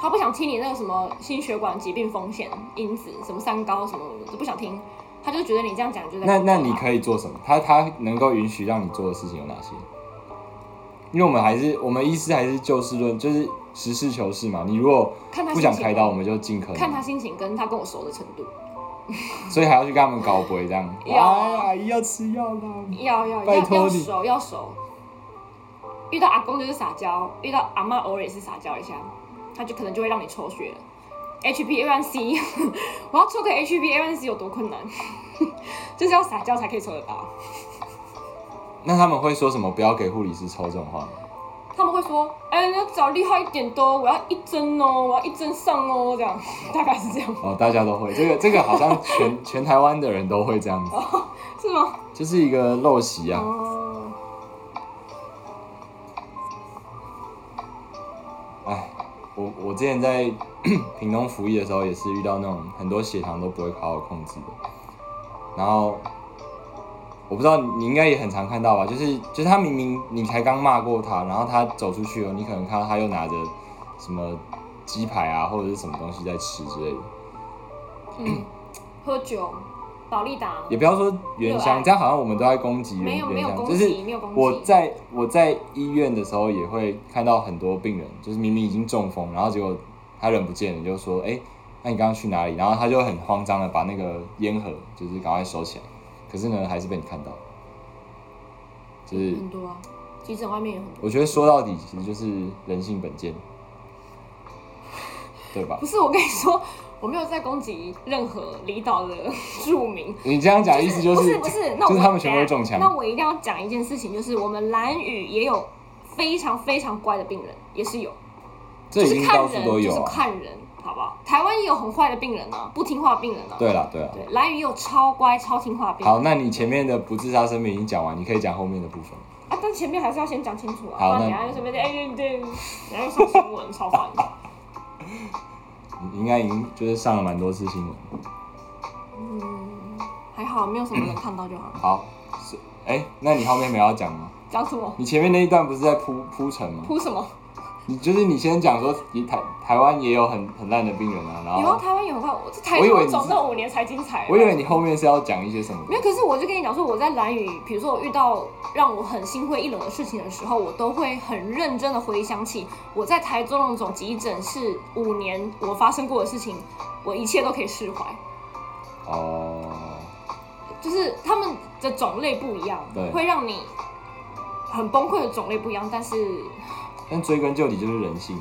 [SPEAKER 2] 他不想听你那个什么心血管疾病风险因子，什么三高什么，都不想听，他就觉得你这样讲就在
[SPEAKER 1] 那
[SPEAKER 2] 诅咒他
[SPEAKER 1] 那你可以做什么？他他能够允许让你做的事情有哪些？因为我们还是我们医师还是就事论，就是实事求是嘛。你如果
[SPEAKER 2] 看他
[SPEAKER 1] 不
[SPEAKER 2] 心
[SPEAKER 1] 想
[SPEAKER 2] 情
[SPEAKER 1] 开刀，我们就尽可能
[SPEAKER 2] 看他心情跟他跟我熟的程度，
[SPEAKER 1] 所以还要去跟他们搞鬼这样。
[SPEAKER 2] 要
[SPEAKER 1] 啊，阿姨要吃药啦。
[SPEAKER 2] 要要
[SPEAKER 1] 拜
[SPEAKER 2] 要
[SPEAKER 1] 托
[SPEAKER 2] 要
[SPEAKER 1] 你
[SPEAKER 2] 熟要熟，遇到阿公就是撒娇，遇到阿妈偶尔也是撒娇一下，他就可能就会让你抽血了。HbA1c，我 要抽个 HbA1c 有多困难？ 就是要撒娇才可以抽得到。
[SPEAKER 1] 那他们会说什么？不要给护理师抽这种话吗？
[SPEAKER 2] 他们会说：“哎、你要找厉害一点的哦，我要一针哦，我要一针上哦，这样 大概是这样，
[SPEAKER 1] 哦，大家都会，这个这个好像全 全台湾的人都会这样子，
[SPEAKER 2] 哦是吗
[SPEAKER 1] 就是一个陋习？”啊。
[SPEAKER 2] 哦，
[SPEAKER 1] 哎，我我之前在 屏东服役的时候，也是遇到那种很多血糖都不会好好控制的。然后我不知道你你应该也很常看到吧，就是就是他明明你才刚骂过他，然后他走出去哦，你可能看到他又拿着什么鸡排啊或者是什么东西在吃之类的，
[SPEAKER 2] 嗯，喝酒，保利达，
[SPEAKER 1] 也不要说原
[SPEAKER 2] 热爱
[SPEAKER 1] 香，这样好像我们都在攻击
[SPEAKER 2] 啊没
[SPEAKER 1] 原
[SPEAKER 2] 有没
[SPEAKER 1] 原
[SPEAKER 2] 有
[SPEAKER 1] 香，
[SPEAKER 2] 攻
[SPEAKER 1] 就是
[SPEAKER 2] 击，没有攻击，
[SPEAKER 1] 我在我在医院的时候也会看到很多病人，就是明明已经中风，然后结果他人不见了，就说：“哎、那你刚刚去哪里？”然后他就很慌张的把那个烟盒就是赶快收起来，可是呢还是被你看到。就是
[SPEAKER 2] 很多啊，急诊外面也很多。
[SPEAKER 1] 我觉得说到底其实就是人性本贱，对吧
[SPEAKER 2] 不？是，我跟你说，我没有在攻击任何离岛的住民。
[SPEAKER 1] 你这样讲意思就
[SPEAKER 2] 不
[SPEAKER 1] 是
[SPEAKER 2] 是不是，那我
[SPEAKER 1] 就是他们全部都中
[SPEAKER 2] 等一下
[SPEAKER 1] 枪
[SPEAKER 2] 那我一定要讲一件事情，就是我们蓝雨也有非常非常乖的病人，也是有，
[SPEAKER 1] 这已
[SPEAKER 2] 就
[SPEAKER 1] 经
[SPEAKER 2] 是
[SPEAKER 1] 到
[SPEAKER 2] 看
[SPEAKER 1] 处
[SPEAKER 2] 人
[SPEAKER 1] 都有
[SPEAKER 2] 就是
[SPEAKER 1] 啊。
[SPEAKER 2] 看人，好不好？台湾也有很坏的病人啊，不听话的病人啊。
[SPEAKER 1] 对了对了，
[SPEAKER 2] 对，蓝雨也有超乖超听话的病人。
[SPEAKER 1] 哦好，那你前面的不自杀声明已经讲完，你可以讲后面的部分。
[SPEAKER 2] 啊，但前面还是要先讲清楚啊，不
[SPEAKER 1] 好那
[SPEAKER 2] 然等一下又随便哎对，然后上新闻 超烦的。
[SPEAKER 1] 你应该已经就是上了蛮多次新闻。
[SPEAKER 2] 嗯，还好没有什么人看到就好了。
[SPEAKER 1] 好，是哎、那你后面没有要讲吗？
[SPEAKER 2] 讲什么？
[SPEAKER 1] 你前面那一段不是在铺铺陈吗？
[SPEAKER 2] 哭什么？
[SPEAKER 1] 你就是你先讲说，你台台湾也有很很烂的病人啊，然
[SPEAKER 2] 有啊，
[SPEAKER 1] 后
[SPEAKER 2] 台湾有啊，我这台
[SPEAKER 1] 我以为
[SPEAKER 2] 湾
[SPEAKER 1] 你是
[SPEAKER 2] 总共五年才精彩。
[SPEAKER 1] 我以为你后面是要讲一些什么
[SPEAKER 2] 没，有，可是我就跟你讲说，我在蓝雨，比如说我遇到让我很心灰意冷的事情的时候，我都会很认真的回想起我在台中那种急诊室五年我发生过的事情，我一切都可以释怀。
[SPEAKER 1] 哦，
[SPEAKER 2] 就是他们的种类不一样
[SPEAKER 1] 对，
[SPEAKER 2] 会让你很崩溃的种类不一样，但是
[SPEAKER 1] 但追根究底就是人性。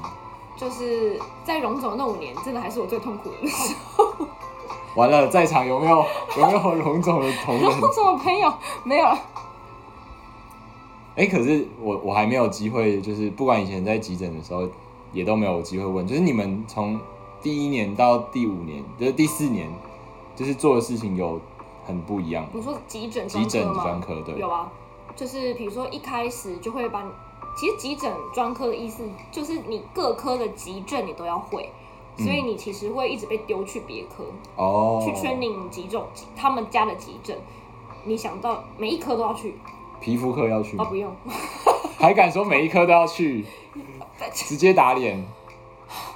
[SPEAKER 2] 就是在荣总那五年，真的还是我最痛苦的时候。
[SPEAKER 1] 完了，在场有没有有没有龙总的同仁？
[SPEAKER 2] 荣总的朋友没有了，啊
[SPEAKER 1] 哎、可是我我还没有机会，就是不管以前在急诊的时候，也都没有机会问，就是你们从第一年到第五年，就是第四年，就是做的事情有很不一样。
[SPEAKER 2] 你说急诊专
[SPEAKER 1] 急诊
[SPEAKER 2] 科
[SPEAKER 1] 专
[SPEAKER 2] 吗？
[SPEAKER 1] 科对，
[SPEAKER 2] 有啊，就是比如说一开始就会把你，其实急诊专科的意思就是你各科的急症你都要会，所以你其实会一直被丢去别科，
[SPEAKER 1] 嗯哦，
[SPEAKER 2] 去 training 急诊，他们家的急诊，你想到每一科都要去，
[SPEAKER 1] 皮肤科要去
[SPEAKER 2] 哦
[SPEAKER 1] 吗，
[SPEAKER 2] 不用，
[SPEAKER 1] 还敢说每一科都要去，直接打脸。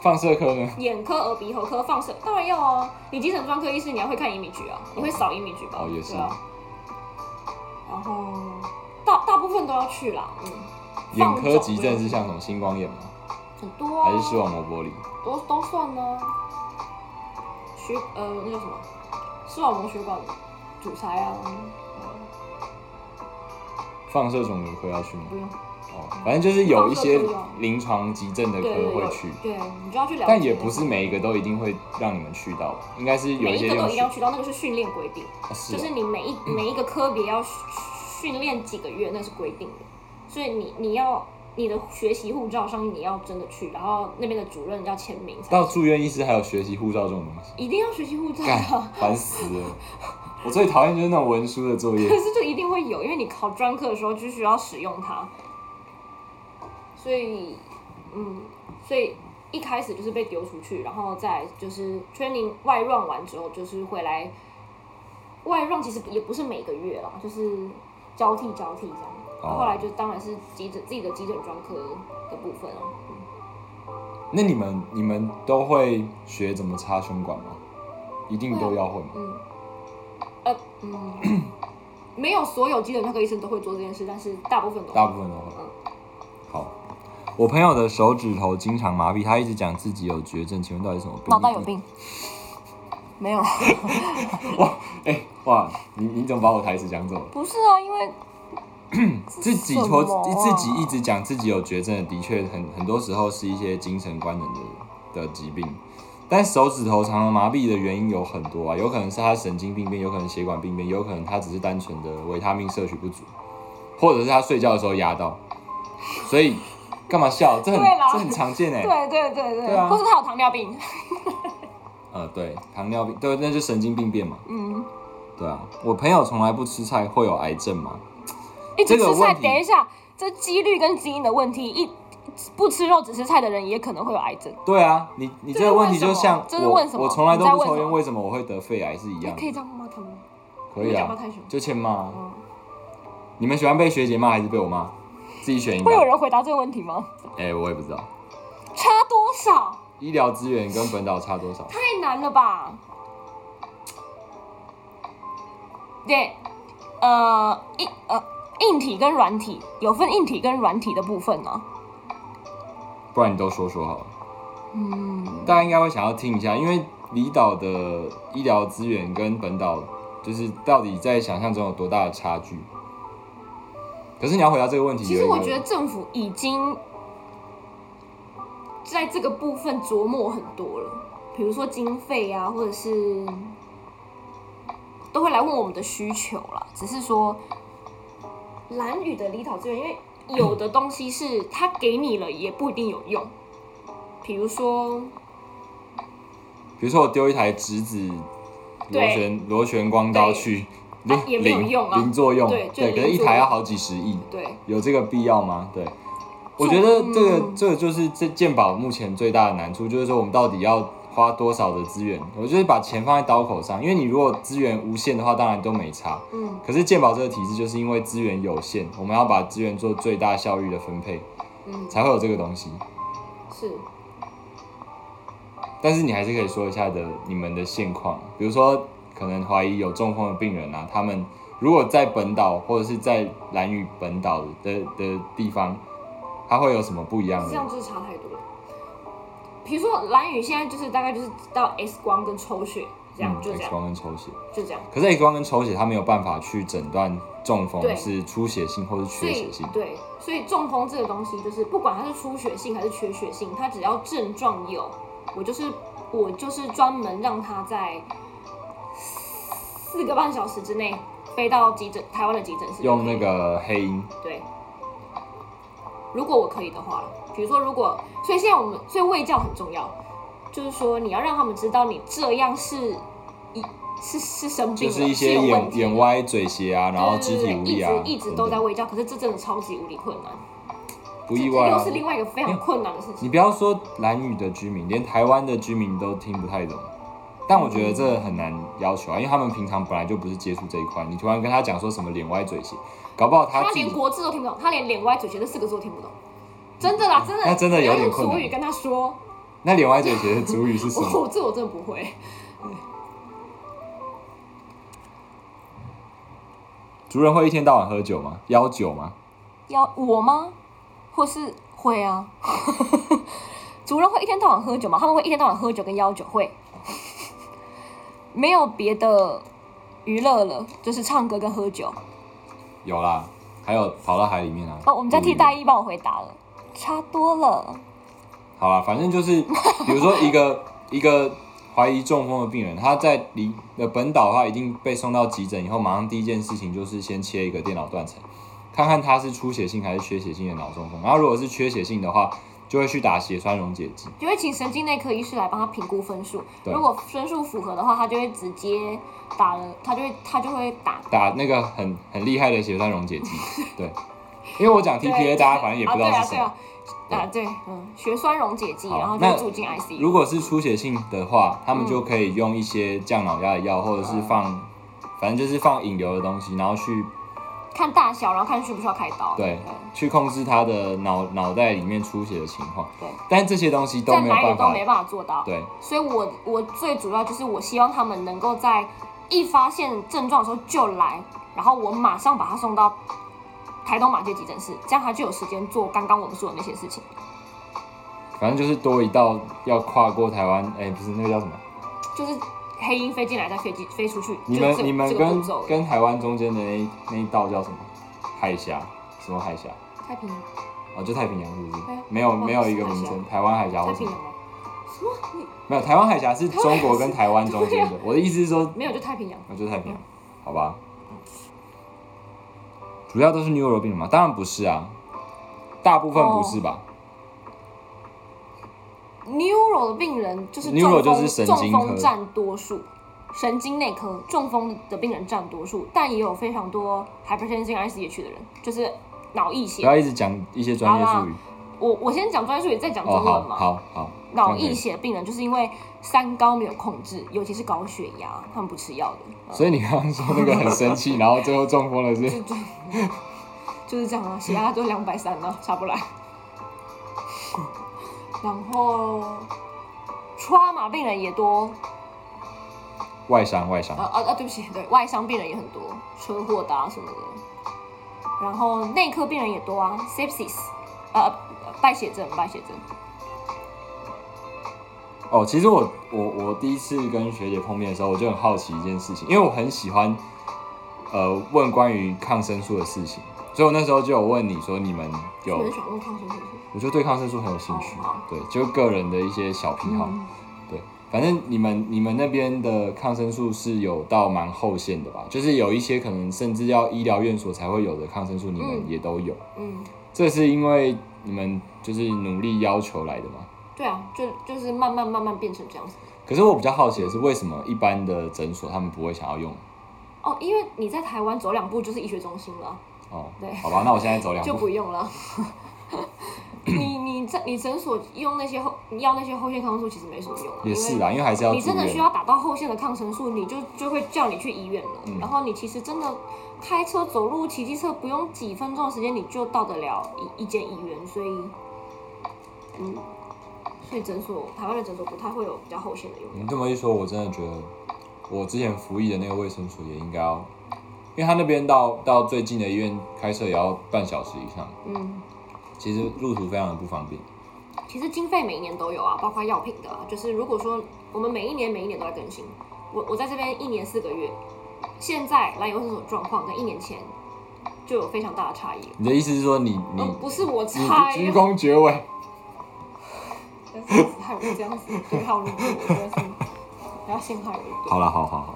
[SPEAKER 1] 放射科呢？
[SPEAKER 2] 眼科、耳鼻喉科、放射，当然要啊。你急诊专科医师，你要会看移民局啊，你会扫移民局吧？
[SPEAKER 1] 哦也是
[SPEAKER 2] 对啊。然后大大部分都要去啦，嗯，
[SPEAKER 1] 眼科急症是像什么星光眼吗？
[SPEAKER 2] 很多、啊
[SPEAKER 1] 还，是视网膜剥离？
[SPEAKER 2] 都都算呢、血呃那叫什么，视网膜血管阻塞啊，
[SPEAKER 1] 放射肿瘤科要去吗？
[SPEAKER 2] 不用。
[SPEAKER 1] 哦，反正就是有一些
[SPEAKER 2] 放射科要
[SPEAKER 1] 临床急症的
[SPEAKER 2] 对
[SPEAKER 1] 科
[SPEAKER 2] 对
[SPEAKER 1] 会
[SPEAKER 2] 对
[SPEAKER 1] 去，
[SPEAKER 2] 对，你就要去了解。
[SPEAKER 1] 但也不是每一个都一定会让你们去到吧，应该是有
[SPEAKER 2] 每
[SPEAKER 1] 些
[SPEAKER 2] 一
[SPEAKER 1] 地
[SPEAKER 2] 个都
[SPEAKER 1] 方
[SPEAKER 2] 一定要去到，那个是训练规定。
[SPEAKER 1] 啊是
[SPEAKER 2] 就是
[SPEAKER 1] 哦
[SPEAKER 2] 你每一每一个科别要训训练几个月，那是规定的。所以你你要你的学习护照上你要真的去，然后那边的主任要签名才
[SPEAKER 1] 到住院医师还有学习护照这种东西，
[SPEAKER 2] 一定要学习护照
[SPEAKER 1] 干
[SPEAKER 2] 啊。
[SPEAKER 1] 烦死了！我最讨厌就是那种文书的作业
[SPEAKER 2] 可，是就一定会有，因为你考专科的时候就需要使用它。所以，嗯，所以一开始就是被丢出去，然后再就是 training 外 run 完之后，就是回来外 run 其实也不是每个月啦，就是交替交替这样。
[SPEAKER 1] 哦
[SPEAKER 2] 后来就当然是急诊自己的急诊专科的部分哦、
[SPEAKER 1] 那你们你们都会学怎么插胸管吗？一定都要会吗？
[SPEAKER 2] 嗯，呃，嗯，没有所有急诊专科医生都会做这件事，但是大部分都会
[SPEAKER 1] 大部分都会。好，我朋友的手指头经常麻痹，他一直讲自己有绝症，请问到底什么病？
[SPEAKER 4] 脑袋有。病，没有啦，
[SPEAKER 1] 哇，哎、哇，你你怎么把我台词讲走了？
[SPEAKER 4] 不是啊，因为
[SPEAKER 1] 嗯自己
[SPEAKER 4] 什
[SPEAKER 1] 拖、
[SPEAKER 4] 么啊
[SPEAKER 1] 自己一直讲自己有绝症的，的确很很多时候是一些精神官能的的疾病。但手指头常常麻痹的原因有很多啊，有可能是他神经病变，有可能血管病变，有可能他只是单纯的维他命摄取不足，或者是他睡觉的时候压到。所以干嘛笑？这很
[SPEAKER 4] 对啦
[SPEAKER 1] 这很常见哎、
[SPEAKER 4] 对对对对，
[SPEAKER 1] 对啊
[SPEAKER 4] 或是他有糖尿病，
[SPEAKER 1] 呃，对，糖尿病，对，那就神经病变嘛。
[SPEAKER 4] 嗯，
[SPEAKER 1] 对啊，我朋友从来不吃菜，会有癌症吗？
[SPEAKER 4] 一直
[SPEAKER 1] 这个
[SPEAKER 4] 吃菜，
[SPEAKER 1] 问题
[SPEAKER 4] 等一下，这几率跟基因的问题，一不吃肉只吃菜的人也可能会有癌症，
[SPEAKER 1] 对啊，你你这个问题就像
[SPEAKER 4] 这是
[SPEAKER 1] 我
[SPEAKER 4] 问什么
[SPEAKER 1] 我从来都
[SPEAKER 4] 你在
[SPEAKER 1] 不
[SPEAKER 4] 问
[SPEAKER 1] 抽
[SPEAKER 4] 什
[SPEAKER 1] 烟，
[SPEAKER 4] 么
[SPEAKER 1] 为什么我会得肺癌是一
[SPEAKER 4] 你
[SPEAKER 1] 样
[SPEAKER 4] 可以
[SPEAKER 1] 的？
[SPEAKER 4] 这样骂他们吗，
[SPEAKER 1] 可以
[SPEAKER 4] 讲话
[SPEAKER 1] 啊
[SPEAKER 4] 太凶，
[SPEAKER 1] 就欠骂啊。
[SPEAKER 4] 嗯，
[SPEAKER 1] 你们喜欢被学姐骂还是被我骂？自己选一个
[SPEAKER 4] 会。有人回答这个问题吗？
[SPEAKER 1] 哎，我也不知道，
[SPEAKER 4] 差多少？
[SPEAKER 1] 医疗资源跟本岛差多少？
[SPEAKER 4] 太难了吧？对，呃，硬呃硬体跟软体有分硬体跟软体的部分呢、
[SPEAKER 1] 不然你都说说好了。
[SPEAKER 4] 嗯，
[SPEAKER 1] 大家应该会想要听一下，因为离岛的医疗资源跟本岛就是到底在想象中有多大的差距？可是你要回答这个问题，
[SPEAKER 2] 其实
[SPEAKER 1] 有一个
[SPEAKER 2] 我觉得政府已经在这个部分琢磨很多了，比如说经费啊，或者是
[SPEAKER 4] 都会来问我们的需求啦。只是说，
[SPEAKER 2] 蓝宇的离岛资源，因为有的东西是他给你了也不一定有用，比如说
[SPEAKER 1] 比如说我丢一台直子螺
[SPEAKER 2] 对
[SPEAKER 1] 旋螺旋光刀去，
[SPEAKER 2] 啊也没有
[SPEAKER 1] 零
[SPEAKER 2] 用啊
[SPEAKER 1] 零作用，
[SPEAKER 2] 对就
[SPEAKER 1] 对，可是
[SPEAKER 2] 零
[SPEAKER 1] 一
[SPEAKER 2] 作
[SPEAKER 1] 台要
[SPEAKER 2] 用
[SPEAKER 1] 好几十亿，
[SPEAKER 2] 对
[SPEAKER 1] 有这个必要吗？对，我觉得这个
[SPEAKER 4] 嗯
[SPEAKER 1] 这个就是这鉴宝目前最大的难处，就是说我们到底要花多少的资源？我就是把钱放在刀口上，因为你如果资源无限的话，当然都没差。
[SPEAKER 2] 嗯，
[SPEAKER 1] 可是鉴宝这个体制就是因为资源有限，我们要把资源做最大效率的分配，
[SPEAKER 2] 嗯
[SPEAKER 1] 才会有这个东西。
[SPEAKER 2] 是
[SPEAKER 1] 但是你还是可以说一下的你们的现况，比如说可能怀疑有中风的病人啊，他们如果在本岛或者是在兰屿本岛的的地方，他会有什么不一样
[SPEAKER 2] 这
[SPEAKER 1] 的
[SPEAKER 2] 样？就是差太多了。比如说蓝宇现在就是大概就是到 X 光跟抽血这样，就
[SPEAKER 1] 嗯
[SPEAKER 2] 这
[SPEAKER 1] X
[SPEAKER 2] 样
[SPEAKER 1] 光跟抽血，
[SPEAKER 2] 就这样，
[SPEAKER 1] 可是 X 光跟抽血，他没有办法去诊断中风
[SPEAKER 2] 对
[SPEAKER 1] 是出血性或是
[SPEAKER 2] 所
[SPEAKER 1] 缺
[SPEAKER 2] 以
[SPEAKER 1] 血性。
[SPEAKER 2] 对，所以中风这个东西就是不管它是出血性还是缺血性，它只要症状有，我就是我就是专门让它在四个半小时之内飞到急诊台湾的急诊室就可以了，
[SPEAKER 1] 用那个黑鹰，
[SPEAKER 2] 对，如果我可以的话，比如说如果，所以现在我们所以卫教很重要，就是说你要让他们知道你这样是一是是生病
[SPEAKER 1] 就
[SPEAKER 2] 了，
[SPEAKER 1] 是一些
[SPEAKER 2] 有问
[SPEAKER 1] 眼
[SPEAKER 2] 题的
[SPEAKER 1] 眼歪、嘴斜啊，然后
[SPEAKER 2] 对
[SPEAKER 1] 肢
[SPEAKER 2] 对
[SPEAKER 1] 体
[SPEAKER 2] 对
[SPEAKER 1] 无力啊，
[SPEAKER 2] 一直一直
[SPEAKER 1] 等
[SPEAKER 2] 都在
[SPEAKER 1] 等
[SPEAKER 2] 喂教，可是这真的超级无敌困难，
[SPEAKER 1] 不意外
[SPEAKER 2] 这
[SPEAKER 1] 啊
[SPEAKER 2] 又是。另外一个非常困难的事情。
[SPEAKER 1] 你不要说蓝屿的居民，连台湾的居民都听不太懂。但我觉得这很难要求啊，因为他们平常本来就不是接触这一块，你突然跟他讲说什么脸歪嘴斜，搞不好他
[SPEAKER 2] 他
[SPEAKER 1] 自己
[SPEAKER 2] 连国字都听不懂，他连脸歪嘴斜这四个字都听不懂，真的啦，真的。
[SPEAKER 1] 那真的有点
[SPEAKER 2] 你要用
[SPEAKER 1] 困难
[SPEAKER 2] 主语跟他说，
[SPEAKER 1] 那脸歪嘴斜的主语是什 么？
[SPEAKER 2] 我这我真的不会。
[SPEAKER 1] 族人会一天到晚喝酒吗？邀酒吗？
[SPEAKER 2] 要我吗？或是会啊？ 族人会一天到晚喝酒吗？他们会一天到晚喝酒跟邀酒会，没有别的娱乐了，就是唱歌跟喝酒。
[SPEAKER 1] 有啦，还有跑到海里面啊。
[SPEAKER 2] 哦，我们家替
[SPEAKER 1] 捕鱼
[SPEAKER 2] 大一帮我回答了，差多了。
[SPEAKER 1] 好啦，反正 就是，比如说一个一个怀疑中风的病人，他在离呃本岛的话，一定被送到急诊以后，马上第一件事情就是先切一个电脑断层，看看他是出血性还是缺血性的脑中风。然后如果是缺血性的话，就会去打血栓溶解剂。
[SPEAKER 2] 就会请神经内科医师来帮他评估分数，
[SPEAKER 1] 对
[SPEAKER 2] 如果分数符合的话，他就会直接打了，他就会他就会打
[SPEAKER 1] 打那个很很厉害的血栓溶解剂， 对，因为我讲 TPA，
[SPEAKER 2] 对
[SPEAKER 1] 大家反正也不知道是什么。
[SPEAKER 2] 啊对啊，对啊，啊对，嗯，血栓溶解剂，
[SPEAKER 1] 好
[SPEAKER 2] 然后
[SPEAKER 1] 那
[SPEAKER 2] 就住进 ICU。
[SPEAKER 1] 如果是出血性的话，他们就可以用一些降脑压的
[SPEAKER 2] 嗯
[SPEAKER 1] 药，或者是放，反正就是放引流的东西，然后去
[SPEAKER 2] 看大小，然后看需不需要开刀。嗯
[SPEAKER 1] 对去控制他的脑脑袋里面出血的情况
[SPEAKER 2] 对。
[SPEAKER 1] 但这些东西都
[SPEAKER 2] 在
[SPEAKER 1] 没有
[SPEAKER 2] 哪里
[SPEAKER 1] 办
[SPEAKER 2] 都
[SPEAKER 1] 法
[SPEAKER 2] 没，办法做到。
[SPEAKER 1] 对
[SPEAKER 2] 所以我我最主要就是我希望他们能够在一发现症状的时候就来，然后我马上把他送到台东马街急诊室，这样他就有时间做刚刚我们说的那些事情。
[SPEAKER 1] 反正就是多一道要跨过台湾，哎、不是那个叫什么？
[SPEAKER 2] 就是黑鹰飞进来，再飞机飞出去，
[SPEAKER 1] 你
[SPEAKER 2] 就
[SPEAKER 1] 们
[SPEAKER 2] 是这个
[SPEAKER 1] 你们
[SPEAKER 2] 这个
[SPEAKER 1] 跟
[SPEAKER 2] 步骤而已
[SPEAKER 1] 跟台湾中间的那一那一道叫什么？海峡？什么海峡？
[SPEAKER 2] 太平洋
[SPEAKER 1] 哦，就太平洋是不是
[SPEAKER 2] 对啊？
[SPEAKER 1] 没有
[SPEAKER 2] 台湾
[SPEAKER 1] 没有一个
[SPEAKER 2] 海峡
[SPEAKER 1] 名称，台湾海峡
[SPEAKER 2] 太
[SPEAKER 1] 或什
[SPEAKER 2] 平
[SPEAKER 1] 么
[SPEAKER 2] 洋？吗？什么？你
[SPEAKER 1] 没有，台湾海峡是中国跟台湾中间
[SPEAKER 2] 啊
[SPEAKER 1] 的。我的意思是说，
[SPEAKER 2] 没有就太平洋。
[SPEAKER 1] 那就是太平洋，好吧？主要都是牛肉病吗？当然不是啊，大部分不是吧？
[SPEAKER 2] Neuro 的病人就是
[SPEAKER 1] Neuro
[SPEAKER 2] 中
[SPEAKER 1] 就
[SPEAKER 2] 风，
[SPEAKER 1] 是神经
[SPEAKER 2] 中
[SPEAKER 1] 科
[SPEAKER 2] 风占多数，神经内科中风的病人占多数，但也有非常多 hypertension ICH 的人，就是脑溢
[SPEAKER 1] 不
[SPEAKER 2] 血。
[SPEAKER 1] 要一直讲一些专业术语
[SPEAKER 2] 我我先讲专业术语，再讲中
[SPEAKER 1] 哦。好
[SPEAKER 2] 文嘛。
[SPEAKER 1] 好好，
[SPEAKER 2] 脑
[SPEAKER 1] 这样可以
[SPEAKER 2] 溢血的病人就是因为三高没有控制，尤其是高血压，他们不吃药的，
[SPEAKER 1] 所以你刚刚说那个很生 气，然后最后中风了是？
[SPEAKER 2] 就是这样啊，血压就两百三啊，下不来。然后，trauma 病人也多，
[SPEAKER 1] 外伤外伤
[SPEAKER 2] 呃，呃呃，对不起，对外伤病人也很多，车祸的啊什么的。然后内科病人也多啊，sepsis，呃，呃败血症，败血症。
[SPEAKER 1] 哦，其实我我我第一次跟学姐碰面的时候，我就很好奇一件事情，因为我很喜欢呃问关于抗生素的事情，所以我那时候就有问你说你们
[SPEAKER 2] 我
[SPEAKER 1] 有
[SPEAKER 2] 很喜欢问抗生素。
[SPEAKER 1] 我就对抗生素很有兴趣
[SPEAKER 2] 哦好，
[SPEAKER 1] 对，就个人的一些小癖好，
[SPEAKER 2] 嗯
[SPEAKER 1] 对，反正你们你们那边的抗生素是有到蛮后线的吧？就是有一些可能甚至要医疗院所才会有的抗生素，你们
[SPEAKER 2] 嗯
[SPEAKER 1] 也都有，
[SPEAKER 2] 嗯，
[SPEAKER 1] 这是因为你们就是努力要求来的嘛？
[SPEAKER 2] 对啊，就就是慢慢慢慢变成这样子。
[SPEAKER 1] 可是我比较好奇的是，为什么一般的诊所他们不会想要用？
[SPEAKER 2] 哦，因为你在台湾走两步就是医学中心了啊，
[SPEAKER 1] 哦
[SPEAKER 2] 对，
[SPEAKER 1] 好吧，那我现在走两
[SPEAKER 2] 就
[SPEAKER 1] 步。
[SPEAKER 2] 不用了。 你你在你诊所用那些后要那些后线抗生素其实没什么用啊，
[SPEAKER 1] 也是
[SPEAKER 2] 因为
[SPEAKER 1] 啦，因为还是要
[SPEAKER 2] 你
[SPEAKER 1] 住
[SPEAKER 2] 真的需
[SPEAKER 1] 院。
[SPEAKER 2] 要打到后线的抗生素，你就就会叫你去医院了。
[SPEAKER 1] 嗯
[SPEAKER 2] 然后你其实真的开车、走路、骑机车，不用几分钟的时间，你就到得了一一间医院。所以，嗯，所以诊所台湾的诊所不太会有比较后线的用药。
[SPEAKER 1] 你这么一说，我真的觉得我之前服役的那个卫生所也应该要，因为他那边到到最近的医院开车也要半小时以上，
[SPEAKER 2] 嗯，
[SPEAKER 1] 其实路途非常的不方便。
[SPEAKER 2] 其实经费每一年都有啊，包括药品的、啊，就是如果说我们每一年每一年都在更新，我我在这边一年四个月，现在来游诊所状况跟一年前就有非常大的差异了。
[SPEAKER 1] 你的意思是说你你
[SPEAKER 2] 嗯，不是我
[SPEAKER 1] 你
[SPEAKER 2] 猜
[SPEAKER 1] 鞠躬绝尾？
[SPEAKER 2] 但是害我这样子对号入座，我真的是不要陷害我一顿。
[SPEAKER 1] 好了，好好好，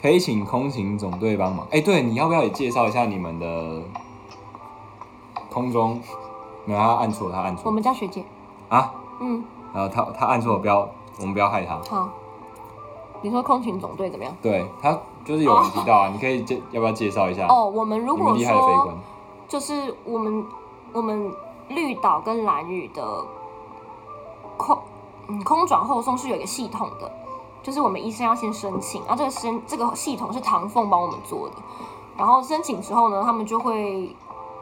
[SPEAKER 1] 可以请空勤总队帮忙。哎、对，你要不要也介绍一下你们的空中？没有，他按错，他按
[SPEAKER 2] 我
[SPEAKER 1] 错
[SPEAKER 2] 们家学姐，
[SPEAKER 1] 啊！
[SPEAKER 2] 嗯，
[SPEAKER 1] 然后他他按错，不要，我们不要害他。
[SPEAKER 2] 好，你说空勤总队怎么样？
[SPEAKER 1] 对他就是有人提到啊，你可以介要不要介绍一下
[SPEAKER 2] 哦，我们如
[SPEAKER 1] 你们
[SPEAKER 2] 果
[SPEAKER 1] 厉害的飞
[SPEAKER 2] 说
[SPEAKER 1] 官？
[SPEAKER 2] 就是我们我们绿岛跟蓝屿的空嗯空转后送是有一个系统的，就是我们医生要先申请，然后这个申这个系统是唐凤帮我们做的，然后申请之后呢，他们就会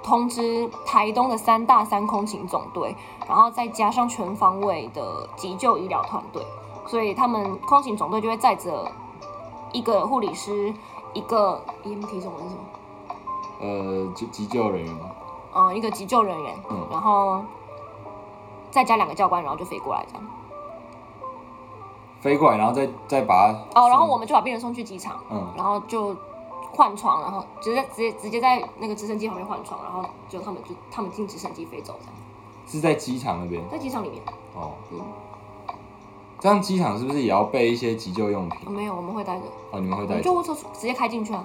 [SPEAKER 2] 通知台东的三大三空勤总队，然后再加上全方位的急救医疗团队，所以他们空勤总队就会载着一个护理师，一个 EMT 中文是什么？
[SPEAKER 1] 呃，急急救人员吗？
[SPEAKER 2] 嗯，一个急救人员，
[SPEAKER 1] 嗯
[SPEAKER 2] 然后再加两个教官，然后就飞过来这样。
[SPEAKER 1] 飞过来，然后再再把他
[SPEAKER 2] 哦，然后
[SPEAKER 1] 送
[SPEAKER 2] 我们就把病人送去机场，
[SPEAKER 1] 嗯
[SPEAKER 2] 然后就换床，然后直接直接直接在那个直升机旁边换床，然后就他们就他们进直升机飞走这样，
[SPEAKER 1] 是在机场那边
[SPEAKER 2] 在机场里面、
[SPEAKER 1] 哦
[SPEAKER 2] 嗯。
[SPEAKER 1] 这样机场是不是也要备一些急救用品
[SPEAKER 2] 哦？没有，我们会带着，
[SPEAKER 1] 哦，你们会
[SPEAKER 2] 我
[SPEAKER 1] 带
[SPEAKER 2] 们？救护车直接开进去啊。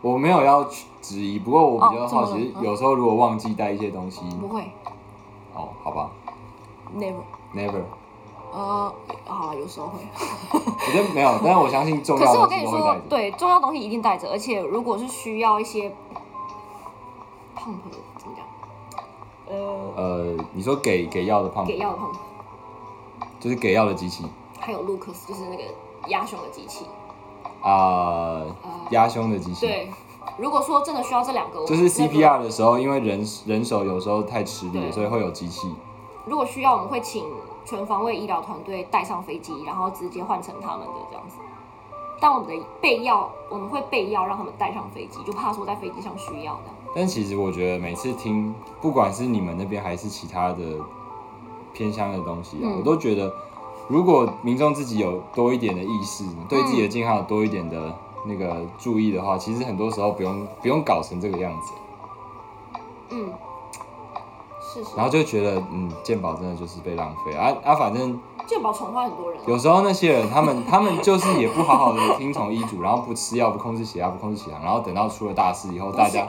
[SPEAKER 1] 我没有要去质疑，不过我比较
[SPEAKER 2] 哦怎么
[SPEAKER 1] 好
[SPEAKER 2] 了
[SPEAKER 1] 奇，
[SPEAKER 2] 嗯
[SPEAKER 1] 有时候如果忘记带一些东西，
[SPEAKER 2] 不会
[SPEAKER 1] 哦，好吧
[SPEAKER 2] ，never。
[SPEAKER 1] ，never，
[SPEAKER 2] 呃，好了，有时候会。
[SPEAKER 1] 我觉得没有，但是我相信重
[SPEAKER 2] 可
[SPEAKER 1] 要
[SPEAKER 2] 是
[SPEAKER 1] 的
[SPEAKER 2] 我
[SPEAKER 1] 东
[SPEAKER 2] 跟
[SPEAKER 1] 西
[SPEAKER 2] 你
[SPEAKER 1] 都会
[SPEAKER 2] 说
[SPEAKER 1] 带，着。
[SPEAKER 2] 对，重要东西一定带着，而且如果是需要一些胖的怎么讲，呃，
[SPEAKER 1] 呃，你说给给药的胖
[SPEAKER 2] 给药的胖
[SPEAKER 1] 就是给药的机器
[SPEAKER 2] 还有 Lucas，就是那个压胸的机器。
[SPEAKER 1] 啊，压、胸的机器，
[SPEAKER 2] 对，如果说真的需要这两个，我
[SPEAKER 1] 就
[SPEAKER 2] 那
[SPEAKER 1] 是
[SPEAKER 2] 个
[SPEAKER 1] CPR 的时候，因为人人手有时候太吃力了，
[SPEAKER 2] 对
[SPEAKER 1] 所以会有机器。
[SPEAKER 2] 如果需要，我们会请全方位医疗团队带上飞机，然后直接换成他们的这样子。但我们的备药，我们会备药让他们带上飞机，就怕说在飞机上需要的。
[SPEAKER 1] 但其实我觉得每次听，不管是你们那边还是其他的偏乡的东西啊，
[SPEAKER 2] 嗯
[SPEAKER 1] 我都觉得，如果民众自己有多一点的意识，对自己的
[SPEAKER 2] 嗯
[SPEAKER 1] 健康有多一点的那个注意的话，其实很多时候不用不用搞成这个样子，
[SPEAKER 2] 嗯，是是
[SPEAKER 1] 然，后就觉得嗯，健保真的就是被浪费啊啊，反正
[SPEAKER 2] 健保宠坏很多人。啊
[SPEAKER 1] 有时候那些人，他们他们就是也不好好的听从医嘱，然后不吃药，不控制血压，不控制血糖，然后等到出了大事以后，
[SPEAKER 2] 不是
[SPEAKER 1] 大家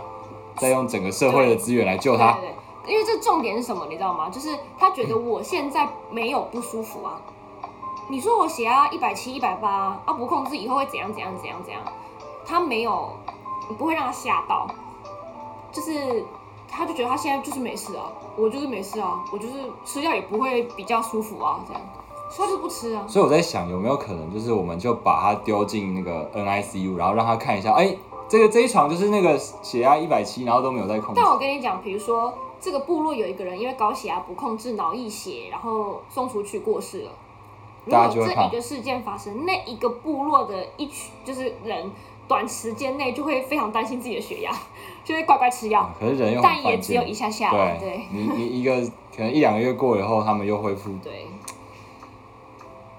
[SPEAKER 1] 再用整个社会的资源来救他
[SPEAKER 2] 对。对对，因为这重点是什么，你知道吗？就是他觉得我现在没有不舒服啊。你说我血压一百七、一百八，啊不控制以后会怎样怎样怎样怎样？他没有，你不会让他吓到，就是他就觉得他现在就是没事啊，我就是没事啊，我就是吃药也不会比较舒服啊，这样，所以他就不吃啊。
[SPEAKER 1] 所以我在想，有没有可能就是我们就把他丢进那个 NICU，然后让他看一下，哎、这个这一床就是那个血压一百七，然后都没有在控制
[SPEAKER 2] 但。我跟你讲，比如说这个部落有一个人因为高血压不控制脑溢血，然后送出去过世了。如
[SPEAKER 1] 大家
[SPEAKER 2] 果
[SPEAKER 1] 就会
[SPEAKER 2] 这
[SPEAKER 1] 怕
[SPEAKER 2] 一个事件发生，那一个部落的一群就是人，短时间内就会非常担心自己的血压，就会乖乖吃药，
[SPEAKER 1] 啊可是人又很
[SPEAKER 2] 但也
[SPEAKER 1] 嗯犯
[SPEAKER 2] 只有
[SPEAKER 1] 贱
[SPEAKER 2] 一，下下啦。
[SPEAKER 1] 对
[SPEAKER 2] 对，
[SPEAKER 1] 你你一个可能一两个月过了以后，他们又恢复，
[SPEAKER 2] 对，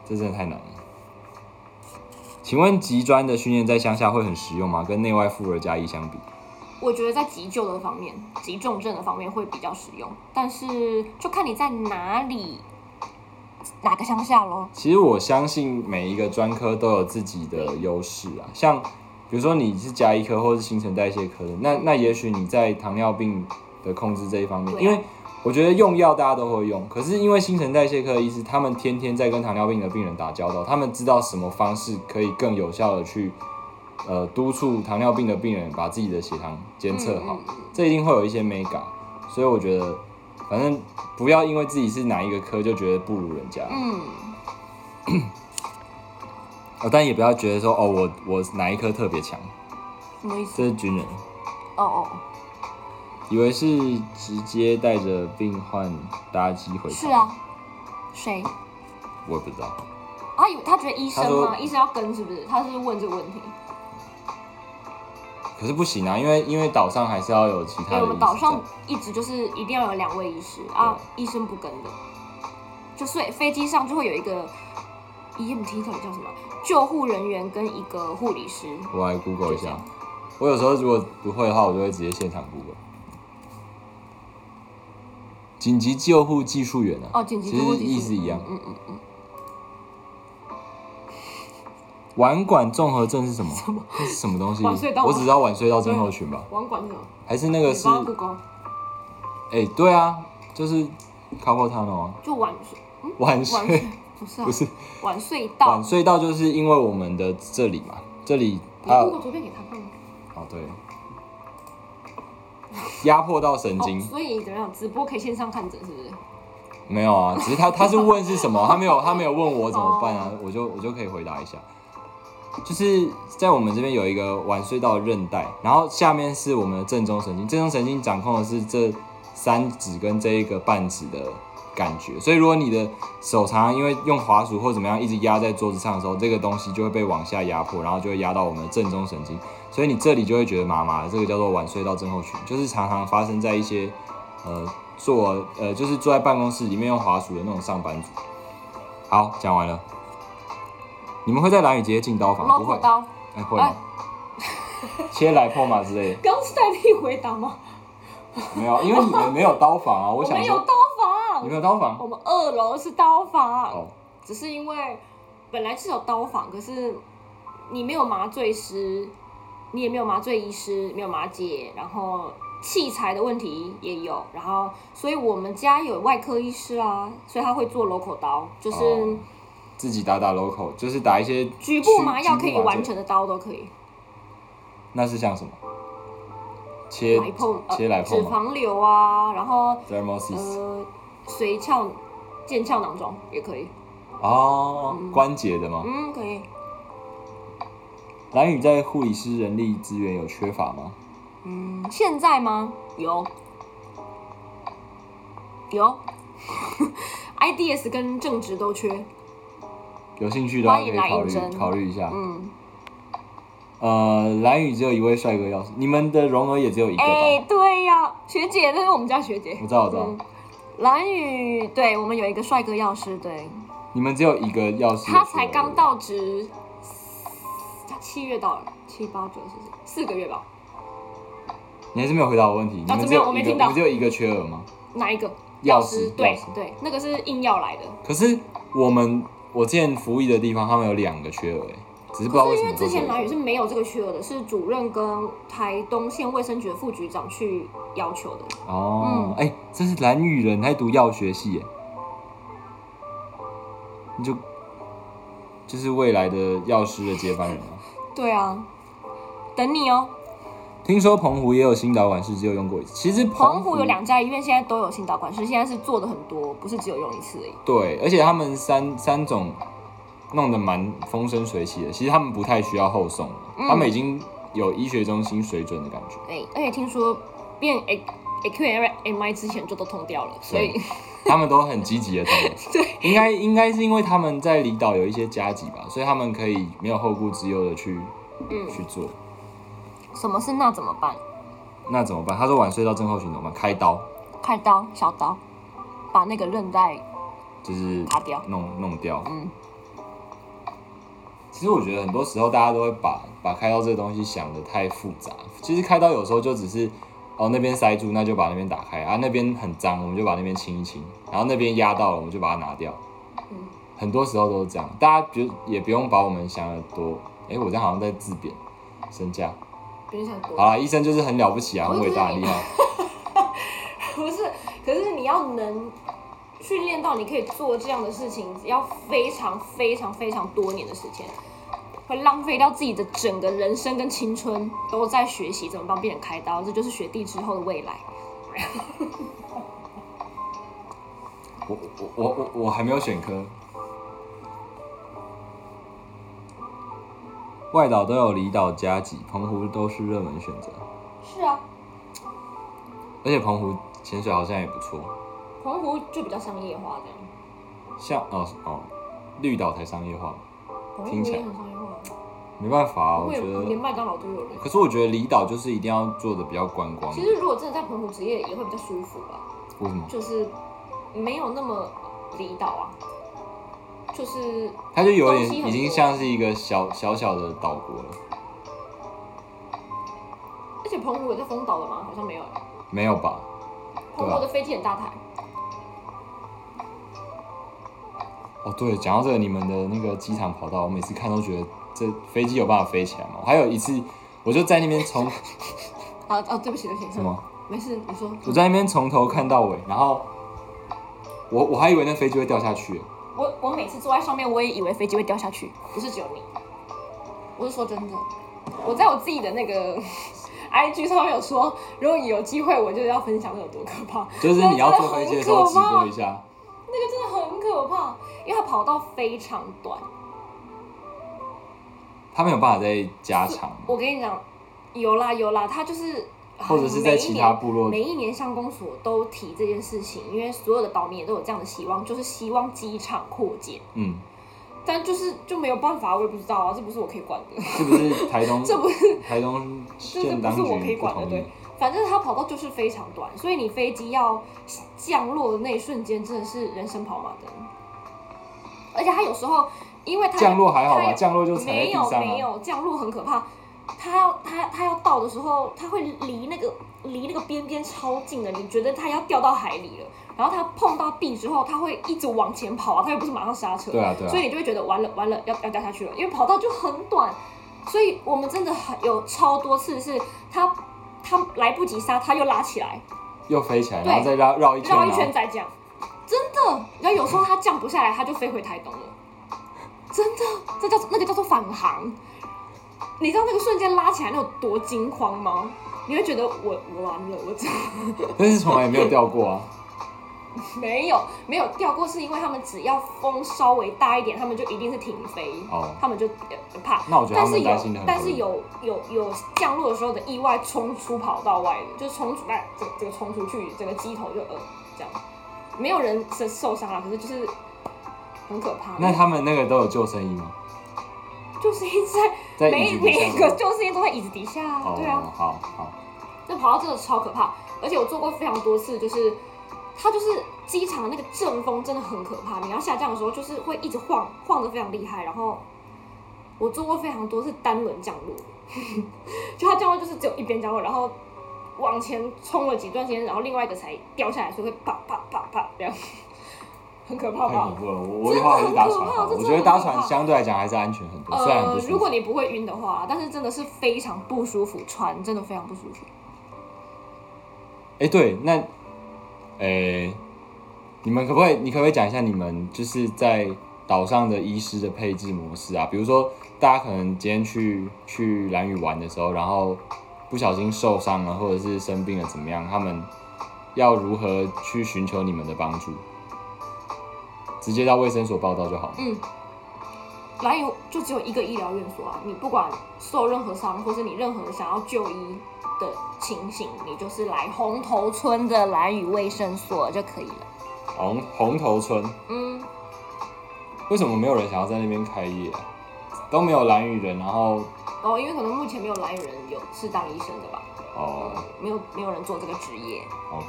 [SPEAKER 1] 这真的太难了。请问极专的训练在乡下会很实用吗？跟内外妇儿加一相比？
[SPEAKER 2] 我觉得在急救的方面、急重症的方面会比较实用，但是就看你在哪里、哪个乡下咯。
[SPEAKER 1] 其实我相信每一个专科都有自己的优势啊，像比如说你是加医科或是新陈代谢科的，那那也许你在糖尿病的控制这一方面，
[SPEAKER 2] 对啊
[SPEAKER 1] 因为我觉得用药大家都会用，可是因为新陈代谢科的医师，他们天天在跟糖尿病的病人打交道，他们知道什么方式可以更有效的去呃督促糖尿病的病人把自己的血糖监测好，
[SPEAKER 2] 嗯嗯嗯
[SPEAKER 1] 这一定会有一些 mega，所以我觉得反正不要因为自己是哪一个科就觉得不如人家，
[SPEAKER 2] 嗯
[SPEAKER 1] 哦，但也不要觉得说哦，我我哪一科特别强，
[SPEAKER 2] 什么意思？
[SPEAKER 1] 这是军人，
[SPEAKER 2] 哦哦，
[SPEAKER 1] 以为是直接带着病患搭机回
[SPEAKER 2] 哦
[SPEAKER 1] 厂，
[SPEAKER 2] 是，啊，谁？
[SPEAKER 1] 我也不知道，
[SPEAKER 2] 啊，以为他觉得医生
[SPEAKER 1] 他说
[SPEAKER 2] 吗？医生要跟是不是？他是问这个问题，
[SPEAKER 1] 可是不行啊，因为因为岛上还是要有其
[SPEAKER 2] 因
[SPEAKER 1] 他
[SPEAKER 2] 为
[SPEAKER 1] 的
[SPEAKER 2] 哎我
[SPEAKER 1] 医
[SPEAKER 2] 们
[SPEAKER 1] 师
[SPEAKER 2] 岛上
[SPEAKER 1] 在
[SPEAKER 2] 一直就是一定要有两位医师啊，医生不跟的，就所以飞机上就会有一个 E EMT 到底叫什么救护人员跟一个护理师，
[SPEAKER 1] 我来 Google 一
[SPEAKER 2] 就这
[SPEAKER 1] 下
[SPEAKER 2] 样，
[SPEAKER 1] 我有时候如果不会的话，我就会直接现场 Google。紧急救护技术员啊，
[SPEAKER 2] 哦，紧急救护
[SPEAKER 1] 其实
[SPEAKER 2] 技
[SPEAKER 1] 意
[SPEAKER 2] 术
[SPEAKER 1] 思一样。
[SPEAKER 2] 嗯嗯嗯，
[SPEAKER 1] 腕管综合症是什么？这是什么东西？
[SPEAKER 2] 晚睡到吗啊
[SPEAKER 1] 我只知道晚睡到症候群吧，
[SPEAKER 2] 网管那种，
[SPEAKER 1] 还是那个
[SPEAKER 2] 你
[SPEAKER 1] 是？
[SPEAKER 2] 帮他 Google
[SPEAKER 1] 哎、对啊，就是 c o u p l tunnel 啊。
[SPEAKER 2] 就晚睡嗯
[SPEAKER 1] 晚
[SPEAKER 2] 晚睡
[SPEAKER 1] 睡，
[SPEAKER 4] 不是啊
[SPEAKER 1] 不，是
[SPEAKER 4] 晚睡到
[SPEAKER 1] 晚。隧道就是因为我们的这里嘛，这里
[SPEAKER 4] 你
[SPEAKER 1] 它
[SPEAKER 4] Google 图片给他看吗？
[SPEAKER 1] 哦对，压迫到神经
[SPEAKER 4] 哦，所以怎么样？直播可以线上看诊是不是？
[SPEAKER 1] 没有啊，只是他他是问是什么，他没有他没有问我怎么办啊，我就我就可以回答一下，就是在我们这边有一个腕隧道的韧带，然后下面是我们的正中神经，正中神经掌控的是这三指跟这一个半指的感觉，所以如果你的手常常因为用滑鼠或怎么样一直压在桌子上的时候，这个东西就会被往下压迫，然后就会压到我们的正中神经，所以你这里就会觉得麻麻的，这个叫做腕隧道症候群，就是常常发生在一些呃坐呃就是坐在办公室里面用滑鼠的那种上班族。好，讲完了。你们会在蓝雨直接进刀哎房？不会
[SPEAKER 4] local，刀，
[SPEAKER 1] 哎会吗？切来破马之类的，
[SPEAKER 2] 刚刚是代替回答吗？
[SPEAKER 1] 没有，因为你们没有刀房啊。我
[SPEAKER 2] 我
[SPEAKER 1] 想
[SPEAKER 2] 们有
[SPEAKER 1] 说，
[SPEAKER 2] 刀
[SPEAKER 1] 你
[SPEAKER 2] 房，
[SPEAKER 1] 们有刀房
[SPEAKER 2] 我们二楼是刀房。
[SPEAKER 1] 哦，
[SPEAKER 2] 只是因为本来是有刀房，可是你没有麻醉师，你也没有麻醉医师，没有麻姐，然后器材的问题也有，然后所以我们家有外科医师啊，所以他会做楼口刀，就
[SPEAKER 1] 哦
[SPEAKER 2] 是
[SPEAKER 1] 自己打打 local，就是打一些
[SPEAKER 2] 局部麻药
[SPEAKER 1] 局
[SPEAKER 2] 可以
[SPEAKER 1] 麻醉
[SPEAKER 2] 完成的刀都可以，
[SPEAKER 1] 那是像什么？切
[SPEAKER 2] 来碰呃
[SPEAKER 1] 切来
[SPEAKER 2] 脂
[SPEAKER 1] 碰吗
[SPEAKER 2] 肪瘤啊，然后
[SPEAKER 1] ？thermosis
[SPEAKER 2] 呃髓鞘腱鞘囊肿也可以，
[SPEAKER 1] 哦，关节的吗？
[SPEAKER 2] 呃嗯，可以，
[SPEAKER 1] 蓝宇在护理师人力资源有缺乏吗？
[SPEAKER 2] 嗯，
[SPEAKER 4] 现在吗？
[SPEAKER 2] 有
[SPEAKER 4] 有，
[SPEAKER 2] IDS 跟正职都缺，
[SPEAKER 1] 有兴趣的话
[SPEAKER 4] 欢
[SPEAKER 1] 可
[SPEAKER 4] 迎
[SPEAKER 1] 以
[SPEAKER 4] 来
[SPEAKER 1] 考虑
[SPEAKER 4] 应征
[SPEAKER 1] 考虑一下。
[SPEAKER 4] 嗯，
[SPEAKER 1] 呃，蓝宇只有一位帅哥要是，你们的容额也只有一个吧？
[SPEAKER 4] 哎、对呀、
[SPEAKER 2] 学姐，那是我们家学姐。
[SPEAKER 1] 我知道，我知
[SPEAKER 2] 嗯
[SPEAKER 1] 道，
[SPEAKER 4] 蓝宇，对我们有一个帅哥药师，对
[SPEAKER 1] 你们只有一个药师。
[SPEAKER 2] 他才刚，到职，他七月到了，七八九十四个月吧？
[SPEAKER 1] 你还是没有回答我问题。你
[SPEAKER 2] 怎
[SPEAKER 1] 们
[SPEAKER 2] 么
[SPEAKER 1] 只有一
[SPEAKER 2] 样
[SPEAKER 1] 个，
[SPEAKER 2] 哦我没听到
[SPEAKER 1] 你们只有一个缺额吗？
[SPEAKER 2] 哪一个？
[SPEAKER 1] 药
[SPEAKER 2] 师
[SPEAKER 1] 师，药
[SPEAKER 2] 对
[SPEAKER 1] 师
[SPEAKER 2] 对，那个是硬要来的。
[SPEAKER 1] 可是我们我之前服役的地方，他们有两个缺额，哎，只是不知道
[SPEAKER 2] 可
[SPEAKER 1] 为
[SPEAKER 2] 是
[SPEAKER 1] 什么
[SPEAKER 2] 因为
[SPEAKER 1] 都
[SPEAKER 2] 之
[SPEAKER 1] 是
[SPEAKER 2] 前蓝宇是没有这个缺额的，是主任跟台东县卫生局的副局长去要求的。
[SPEAKER 1] 哦，哎、这是蓝雨人，他在读药学系，哎，你就就是未来的药师的接班人啊。
[SPEAKER 4] 对啊，等你哦。
[SPEAKER 1] 听说澎湖也有新导管室，只有用过一次。其实
[SPEAKER 4] 澎
[SPEAKER 1] 澎
[SPEAKER 4] 湖有两家医院现在都有心导管室，现在是做的很多，不是只有用一次而已。
[SPEAKER 1] 对，而且他们三三种弄得蛮风生水起的。其实他们不太需要后送了，他们已经有医学中心水准的感觉。
[SPEAKER 4] 哎，而且听说变 A A Q M M I 之前就都通掉了，所以
[SPEAKER 1] 对他们都很积极的在
[SPEAKER 4] 对，
[SPEAKER 1] 应该应该是因为他们在离岛有一些加急吧，所以他们可以没有后顾之忧的去、去做。
[SPEAKER 4] 什么事那怎么办？
[SPEAKER 1] 那怎么办？他说晚睡到症候群怎么办？开刀
[SPEAKER 4] 开刀，小刀，把那个韧带
[SPEAKER 1] 就是
[SPEAKER 4] 拔掉
[SPEAKER 1] 弄弄掉。
[SPEAKER 4] 嗯。
[SPEAKER 1] 其实我觉得很多时候大家都会把把开刀这个东西想的太复杂。其实开刀有时候就只是，哦那边塞住，那就把那边打开啊，那边很脏，我们就把那边清一清，然后那边压到了，我们就把它拿掉。
[SPEAKER 2] 嗯
[SPEAKER 1] 很多时候都是这样，大家就也不用把我们想的多。哎，我这样好像在自贬身价。
[SPEAKER 2] 有点想
[SPEAKER 1] 好
[SPEAKER 2] 多，
[SPEAKER 1] 啦，医生就是很了不起啊，很伟大，很厉害。
[SPEAKER 2] 不是，可是你要能训练到你可以做这样的事情，要非常非常非常多年的时间，会浪费掉自己的整个人生跟青春，都在学习怎么帮别人开刀，这就是学弟之后的未来。
[SPEAKER 1] 我我我我我还没有选科。外岛都有离岛加急，澎湖都是热门选择，
[SPEAKER 2] 是啊，
[SPEAKER 1] 而且澎湖潜水好像也不错。
[SPEAKER 2] 澎湖就比较商业化这样。
[SPEAKER 1] 像哦哦，绿岛才商业化，
[SPEAKER 2] 澎湖
[SPEAKER 1] 听起来
[SPEAKER 2] 也很商业化，
[SPEAKER 1] 没办法啊、我
[SPEAKER 2] 会
[SPEAKER 1] 觉
[SPEAKER 2] 连
[SPEAKER 1] 得。
[SPEAKER 2] 麦当劳都有人。
[SPEAKER 1] 可是我觉得离岛就是一定要做的比较观光
[SPEAKER 2] 其，实如果真的在澎湖职业也会比较舒服吧，
[SPEAKER 1] 为什么？
[SPEAKER 2] 就是没有那么离岛啊，就是
[SPEAKER 1] 它就有
[SPEAKER 2] 东西
[SPEAKER 1] 点
[SPEAKER 2] 很
[SPEAKER 1] 已经
[SPEAKER 2] 多
[SPEAKER 1] 像是一个小小小的岛国了。
[SPEAKER 2] 而且澎湖有在封岛的吗？好像没有欸。
[SPEAKER 1] 没有吧？
[SPEAKER 2] 澎
[SPEAKER 1] 啊
[SPEAKER 2] 湖的飞机很大台，
[SPEAKER 1] 哦，对，讲到这个，你们的那个机场跑道，我每次看都觉得这飞机有办法飞起来吗？我还有一次，我就在那边从
[SPEAKER 2] 啊啊，对不起对不起，
[SPEAKER 1] 什么？
[SPEAKER 2] 没事，你说。
[SPEAKER 1] 我在那边从头看到尾，然后我我还以为那飞机会掉下去，
[SPEAKER 2] 我我每次坐在上面，我也以为飞机会掉下去，不是只有你。我是说真的，我在我自己的那个 IG 上面有说，如果有机会，我就要分享有多可怕。
[SPEAKER 1] 就是你要做分析的时候直
[SPEAKER 2] 真的很可怕
[SPEAKER 1] 播一下，
[SPEAKER 2] 那个真的很可怕，因为它跑道非常短。
[SPEAKER 1] 他没有办法再加长，
[SPEAKER 2] 我跟你讲，有啦有啦，他就是
[SPEAKER 1] 或者是在其他部落
[SPEAKER 2] 每一年每一年乡公所都提这件事情，因为所有的岛民也都有这样的希望，就是希望机场扩建，
[SPEAKER 1] 嗯，
[SPEAKER 2] 但就是就没有办法，我也不知道啊，这不是我可以管 的，
[SPEAKER 1] 是不是台东
[SPEAKER 2] 这不是
[SPEAKER 1] 台东
[SPEAKER 2] 这这
[SPEAKER 1] 县
[SPEAKER 2] 不
[SPEAKER 1] 当
[SPEAKER 2] 是
[SPEAKER 1] 局
[SPEAKER 2] 我可以
[SPEAKER 1] 不
[SPEAKER 2] 管的，
[SPEAKER 1] 同意
[SPEAKER 2] 对？。反正它跑道就是非常短，所以你飞机要降落的那一瞬间，真的是人生跑马灯。而且它有时候，因为它
[SPEAKER 1] 降落还好吧，
[SPEAKER 2] 它
[SPEAKER 1] 降落就踩在
[SPEAKER 2] 没
[SPEAKER 1] 地
[SPEAKER 2] 有
[SPEAKER 1] 上
[SPEAKER 2] 没
[SPEAKER 1] 啊。
[SPEAKER 2] 有，降落很可怕。他要他他要到的时候，他会离那个离那个边边超近的，你觉得他要掉到海里了。然后他碰到地之后，他会一直往前跑啊，他又不是马上刹车，
[SPEAKER 1] 对啊对啊
[SPEAKER 2] 所以你就会觉得完了完了，要要掉下去了，因为跑道就很短。所以我们真的很有超多次是他他来不及刹，他又拉起来，
[SPEAKER 1] 又飞起来，
[SPEAKER 2] 对
[SPEAKER 1] 然后再绕绕一圈，啊
[SPEAKER 2] 绕一
[SPEAKER 1] 然
[SPEAKER 2] 圈
[SPEAKER 1] 后
[SPEAKER 2] 再降，真的。然后有时候它降不下来，它就飞回台东了，真的，这叫那个叫做返航。你知道那个瞬间拉起来那有多惊慌吗？你会觉得我我完了，我真的
[SPEAKER 1] 但是从来也没有掉过啊。
[SPEAKER 2] 没有没有掉过，是因为他们只要风稍微大一点，他们就一定是停飞，
[SPEAKER 1] 哦
[SPEAKER 2] 他们就呃怕。
[SPEAKER 1] 那我觉得他
[SPEAKER 2] 但
[SPEAKER 1] 们
[SPEAKER 2] 是
[SPEAKER 1] 担
[SPEAKER 2] 有
[SPEAKER 1] 心的很
[SPEAKER 2] 但
[SPEAKER 1] 合
[SPEAKER 2] 是
[SPEAKER 1] 理
[SPEAKER 2] 有有有降落的时候的意外冲出跑道外的，就是冲出那这这个冲出去，整个机头就呃这样，没有人受受伤啊，可是就是很可怕。
[SPEAKER 1] 那他们那个都有救生衣吗？
[SPEAKER 2] 就是一直在
[SPEAKER 1] 在椅
[SPEAKER 2] 每
[SPEAKER 1] 子底
[SPEAKER 2] 每
[SPEAKER 1] 下
[SPEAKER 2] 一
[SPEAKER 1] 吗
[SPEAKER 2] 个就是一直都在椅子底下啊，
[SPEAKER 1] 哦
[SPEAKER 2] 对啊，，
[SPEAKER 1] 好好，
[SPEAKER 2] 那跑道真的超可怕，而且我做过非常多次，就是它就是机场那个阵风真的很可怕，你要下降的时候就是会一直晃，晃的非常厉害。然后我做过非常多次单轮降落， 就它降落就是只有一边降落，然后往前冲了几段时间，然后另外一个才掉下来，所以会啪啪啪啪这样，很可怕
[SPEAKER 1] 太
[SPEAKER 2] 吧
[SPEAKER 1] 恐？怖了。我我的话还是搭船
[SPEAKER 2] 真的很可怕
[SPEAKER 1] 好了，
[SPEAKER 2] 这
[SPEAKER 1] 我
[SPEAKER 2] 真的
[SPEAKER 1] 觉得搭船
[SPEAKER 2] 很可怕
[SPEAKER 1] 相对来讲还是安全很多，虽然
[SPEAKER 2] 呃
[SPEAKER 1] 不，舒
[SPEAKER 2] 如
[SPEAKER 1] 服
[SPEAKER 2] 果。你不会晕的话，但是真的是非常不舒服，船真的非常不舒服。
[SPEAKER 1] 哎，对，那，哎，你们可不可以，你可不可以讲一下你们就是在岛上的医师的配置模式啊？比如说，大家可能今天去去蓝屿玩的时候，然后不小心受伤了，或者是生病了，怎么样？他们要如何去寻求你们的帮助？直接到卫生所报道就好了。
[SPEAKER 2] 嗯，来有就只有一个医疗院所啊，你不管受任何伤，或是你任何想要就医的情形，你就是来红头
[SPEAKER 4] 头村的蓝屿卫生所就可以了。
[SPEAKER 1] 红红头村
[SPEAKER 2] 嗯，
[SPEAKER 1] 为什么没有人想要在那边开业啊？都没有蓝屿人，然后
[SPEAKER 2] 哦，因为可能目前没有来源人有是当医生的吧，
[SPEAKER 1] 哦
[SPEAKER 2] 没有没有人做这个职业。
[SPEAKER 1] ，OK，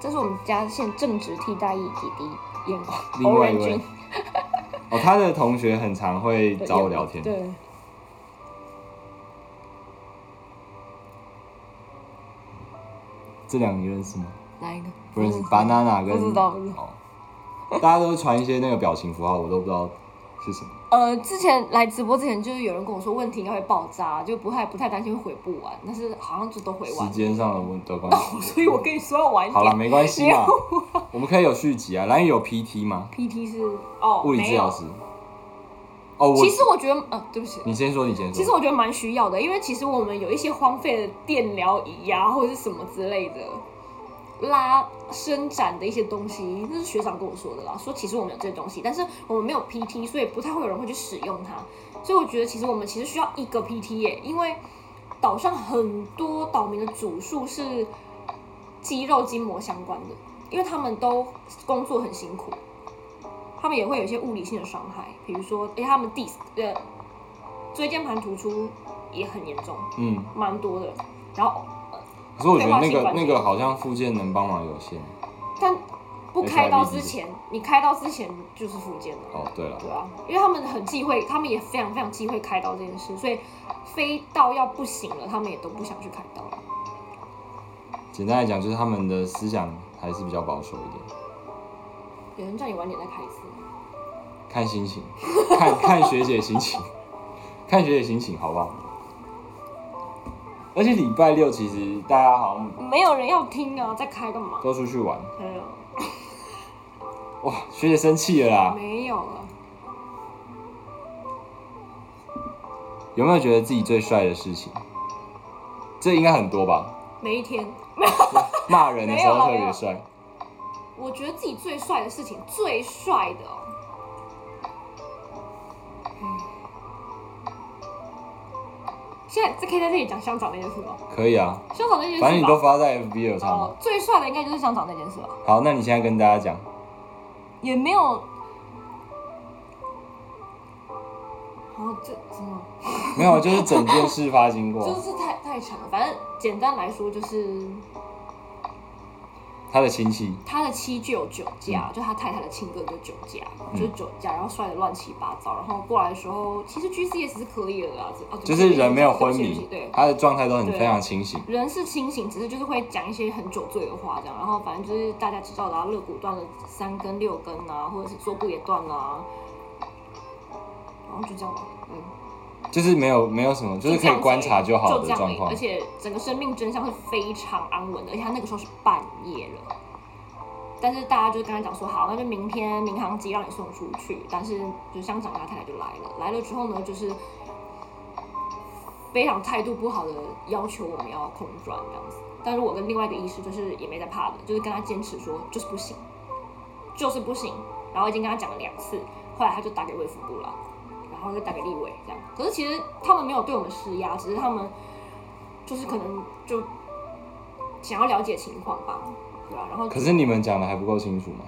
[SPEAKER 4] 这是我们家现正值替代役弟弟眼光，
[SPEAKER 1] 另外一
[SPEAKER 4] 欧
[SPEAKER 1] 位
[SPEAKER 4] 仁君，
[SPEAKER 1] 哦，他的同学很常会找我聊天。
[SPEAKER 4] 对，
[SPEAKER 1] 这两个你认识吗？
[SPEAKER 4] 来一个？
[SPEAKER 1] 不认识。banana 跟
[SPEAKER 4] 不知道不知
[SPEAKER 1] 哦，大家都传一些那个表情符号，我都不知道是什么。
[SPEAKER 4] 呃，之前来直播之前，就是有人跟我说问题应该会爆炸，就不太不太担心会回不完，但是好像就都回哎完
[SPEAKER 1] 时
[SPEAKER 4] 了。哦
[SPEAKER 1] 间上的问的关系。
[SPEAKER 4] 所以我跟你说要晚一
[SPEAKER 1] 好了，
[SPEAKER 4] 点。
[SPEAKER 1] 没关系嘛， 我们可以有续集啊。蓝宇有 PT 吗？
[SPEAKER 2] PT 是哦，
[SPEAKER 1] 物理治
[SPEAKER 2] 没
[SPEAKER 1] 疗
[SPEAKER 2] 有。
[SPEAKER 1] 师。哦，我
[SPEAKER 2] 其实我觉得，呃，对不起。
[SPEAKER 1] 你先说，你先
[SPEAKER 2] 其实
[SPEAKER 1] 说。
[SPEAKER 2] 我觉得蛮需要的，因为其实我们有一些荒废的电疗仪呀、或者是什么之类的，拉伸展的一些东西，那是学长跟我说的啦。说其实我们有这些东西，但是我们没有 PT，所以不太会有人会去使用它。所以我觉得其实我们其实需要一个 PT 耶、因为岛上很多岛民的主数是肌肉筋膜相关的，因为他们都工作很辛苦。他们也会有一些物理性的伤害，比如说，诶、他们 disc 呃椎间盘突出也很严重，
[SPEAKER 1] 嗯，
[SPEAKER 2] 蛮多的。然后，
[SPEAKER 1] 可是我觉得那
[SPEAKER 4] 啊
[SPEAKER 2] 退化
[SPEAKER 1] 个
[SPEAKER 2] 性关节
[SPEAKER 1] 那个好像附件能帮忙有限。
[SPEAKER 2] 但不开刀之前，你开刀之前就是复健了，
[SPEAKER 1] 哦，对了，
[SPEAKER 2] 对啊，因为他们很忌讳，他们也非常非常忌讳开刀这件事，所以非到要不行了，他们也都不想去开刀。
[SPEAKER 1] 简单来讲就是他们的思想还是比较保守一点，
[SPEAKER 2] 有人叫你晚点再开一次，
[SPEAKER 1] 看心情， 看看学姐心情， 看学姐心情好不好？而且礼拜六其实大家好像
[SPEAKER 2] 没有人要听啊，再开干嘛？
[SPEAKER 1] 都出去玩，
[SPEAKER 2] 对啊，
[SPEAKER 1] 哇，学姐生气了啦！
[SPEAKER 2] 没有了。
[SPEAKER 1] 有没有觉得自己最帅的事情？这应该很多吧？
[SPEAKER 2] 每一天，
[SPEAKER 1] 骂人的时候特
[SPEAKER 2] 没有
[SPEAKER 1] 别
[SPEAKER 2] 啦
[SPEAKER 1] 帅，
[SPEAKER 2] 我觉得自己最帅的事情，最帅的哦，嗯，现在这可以在这里讲香肠那件事吗？
[SPEAKER 1] 可以啊，
[SPEAKER 2] 香肠那件事吧，
[SPEAKER 1] 反正你都发在 FB 有差吗
[SPEAKER 2] 哦，？最帅的应该就是香肠那件事吧，
[SPEAKER 1] 好，那你现在跟大家讲，
[SPEAKER 4] 也没有
[SPEAKER 2] 哦，这什么？
[SPEAKER 1] 没有，就是整件事发经
[SPEAKER 2] 就
[SPEAKER 1] 过，
[SPEAKER 2] 是太太长了，反正简单来说就是
[SPEAKER 1] 他的亲戚，
[SPEAKER 2] 他的妻就有酒驾，
[SPEAKER 1] 嗯
[SPEAKER 2] 就他太太的亲哥哥酒驾，就是酒驾，然后摔得乱七八糟，然后过来的时候，其实 GCS 是可以的啦，只啊对
[SPEAKER 1] 就是人没有
[SPEAKER 2] 对不
[SPEAKER 1] 昏
[SPEAKER 2] 起对不
[SPEAKER 1] 迷
[SPEAKER 2] 起对，，
[SPEAKER 1] 他的状态都很
[SPEAKER 2] 对啊
[SPEAKER 1] 非常清醒。
[SPEAKER 2] 人是清醒，只是就是会讲一些很酒醉的话这样，然后反正就是大家知道的、啊，肋骨断了三根六根啊，或者是坐骨也断了、啊，然后就这样吧，嗯，
[SPEAKER 1] 就是没有没有什么，就是
[SPEAKER 2] 这
[SPEAKER 1] 可
[SPEAKER 2] 样
[SPEAKER 1] 以观察
[SPEAKER 2] 就
[SPEAKER 1] 就好的
[SPEAKER 2] 这样而
[SPEAKER 1] 状
[SPEAKER 2] 已
[SPEAKER 1] 况
[SPEAKER 2] 而。且整个生命真相是非常安稳的，而且他那个时候是半夜了。但是大家就跟他讲说，好，那就明天民航机让你送出去。但是就香港他太太就来了，来了之后呢，就是非常态度不好的要求我们要空转这样子。但是我跟另外一个医师就是也没在怕的，就是跟他坚持说就是不行，就是不行。然后已经跟他讲了两次，后来他就打给卫福部了，然后就打给立委这样。可是其实他们没有对我们施压，只是他们就是可能就想要了解情况吧，对啊？然后
[SPEAKER 1] 可是你们讲的还不够清楚吗？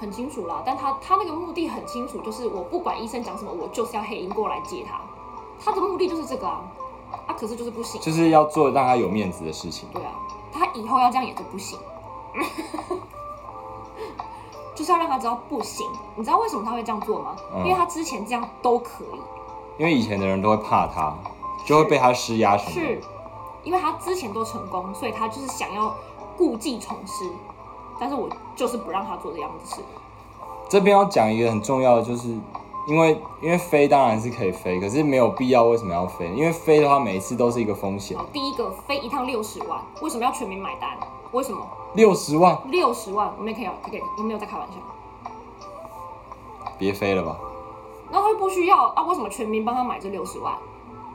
[SPEAKER 2] 很清楚啦，但他他那个目的很清楚，就是我不管医生讲什么，我就是要黑鹰过来接他，他的目的就是这个啊，啊，可是就是不行，
[SPEAKER 1] 就是要做让他有面子的事情。
[SPEAKER 2] 对啊，他以后要这样也都不行， 就是要让他知道不行。你知道为什么他会这样做吗？
[SPEAKER 1] 嗯
[SPEAKER 2] 因为他之前这样都可以，
[SPEAKER 1] 因为以前的人都会怕他，就会被他施压什么
[SPEAKER 2] 是
[SPEAKER 1] 的。
[SPEAKER 2] 因为他之前都成功，所以他就是想要故技重施，但是我就是不让他做这样的事。
[SPEAKER 1] 这边要讲一个很重要的，就是因为因为飞当然是可以飞，可是没有必要为什么要飞？因为飞的话，每一次都是一个风险
[SPEAKER 2] 好，，呃第一个飞一趟六十万，为什么要全民买单？为什么
[SPEAKER 1] 六十万，
[SPEAKER 2] 六十万？我们也可以要，可以，我没有在开玩笑。
[SPEAKER 1] 别飞了吧。
[SPEAKER 2] 那他又不需要啊？为什么全民帮他买这六十万？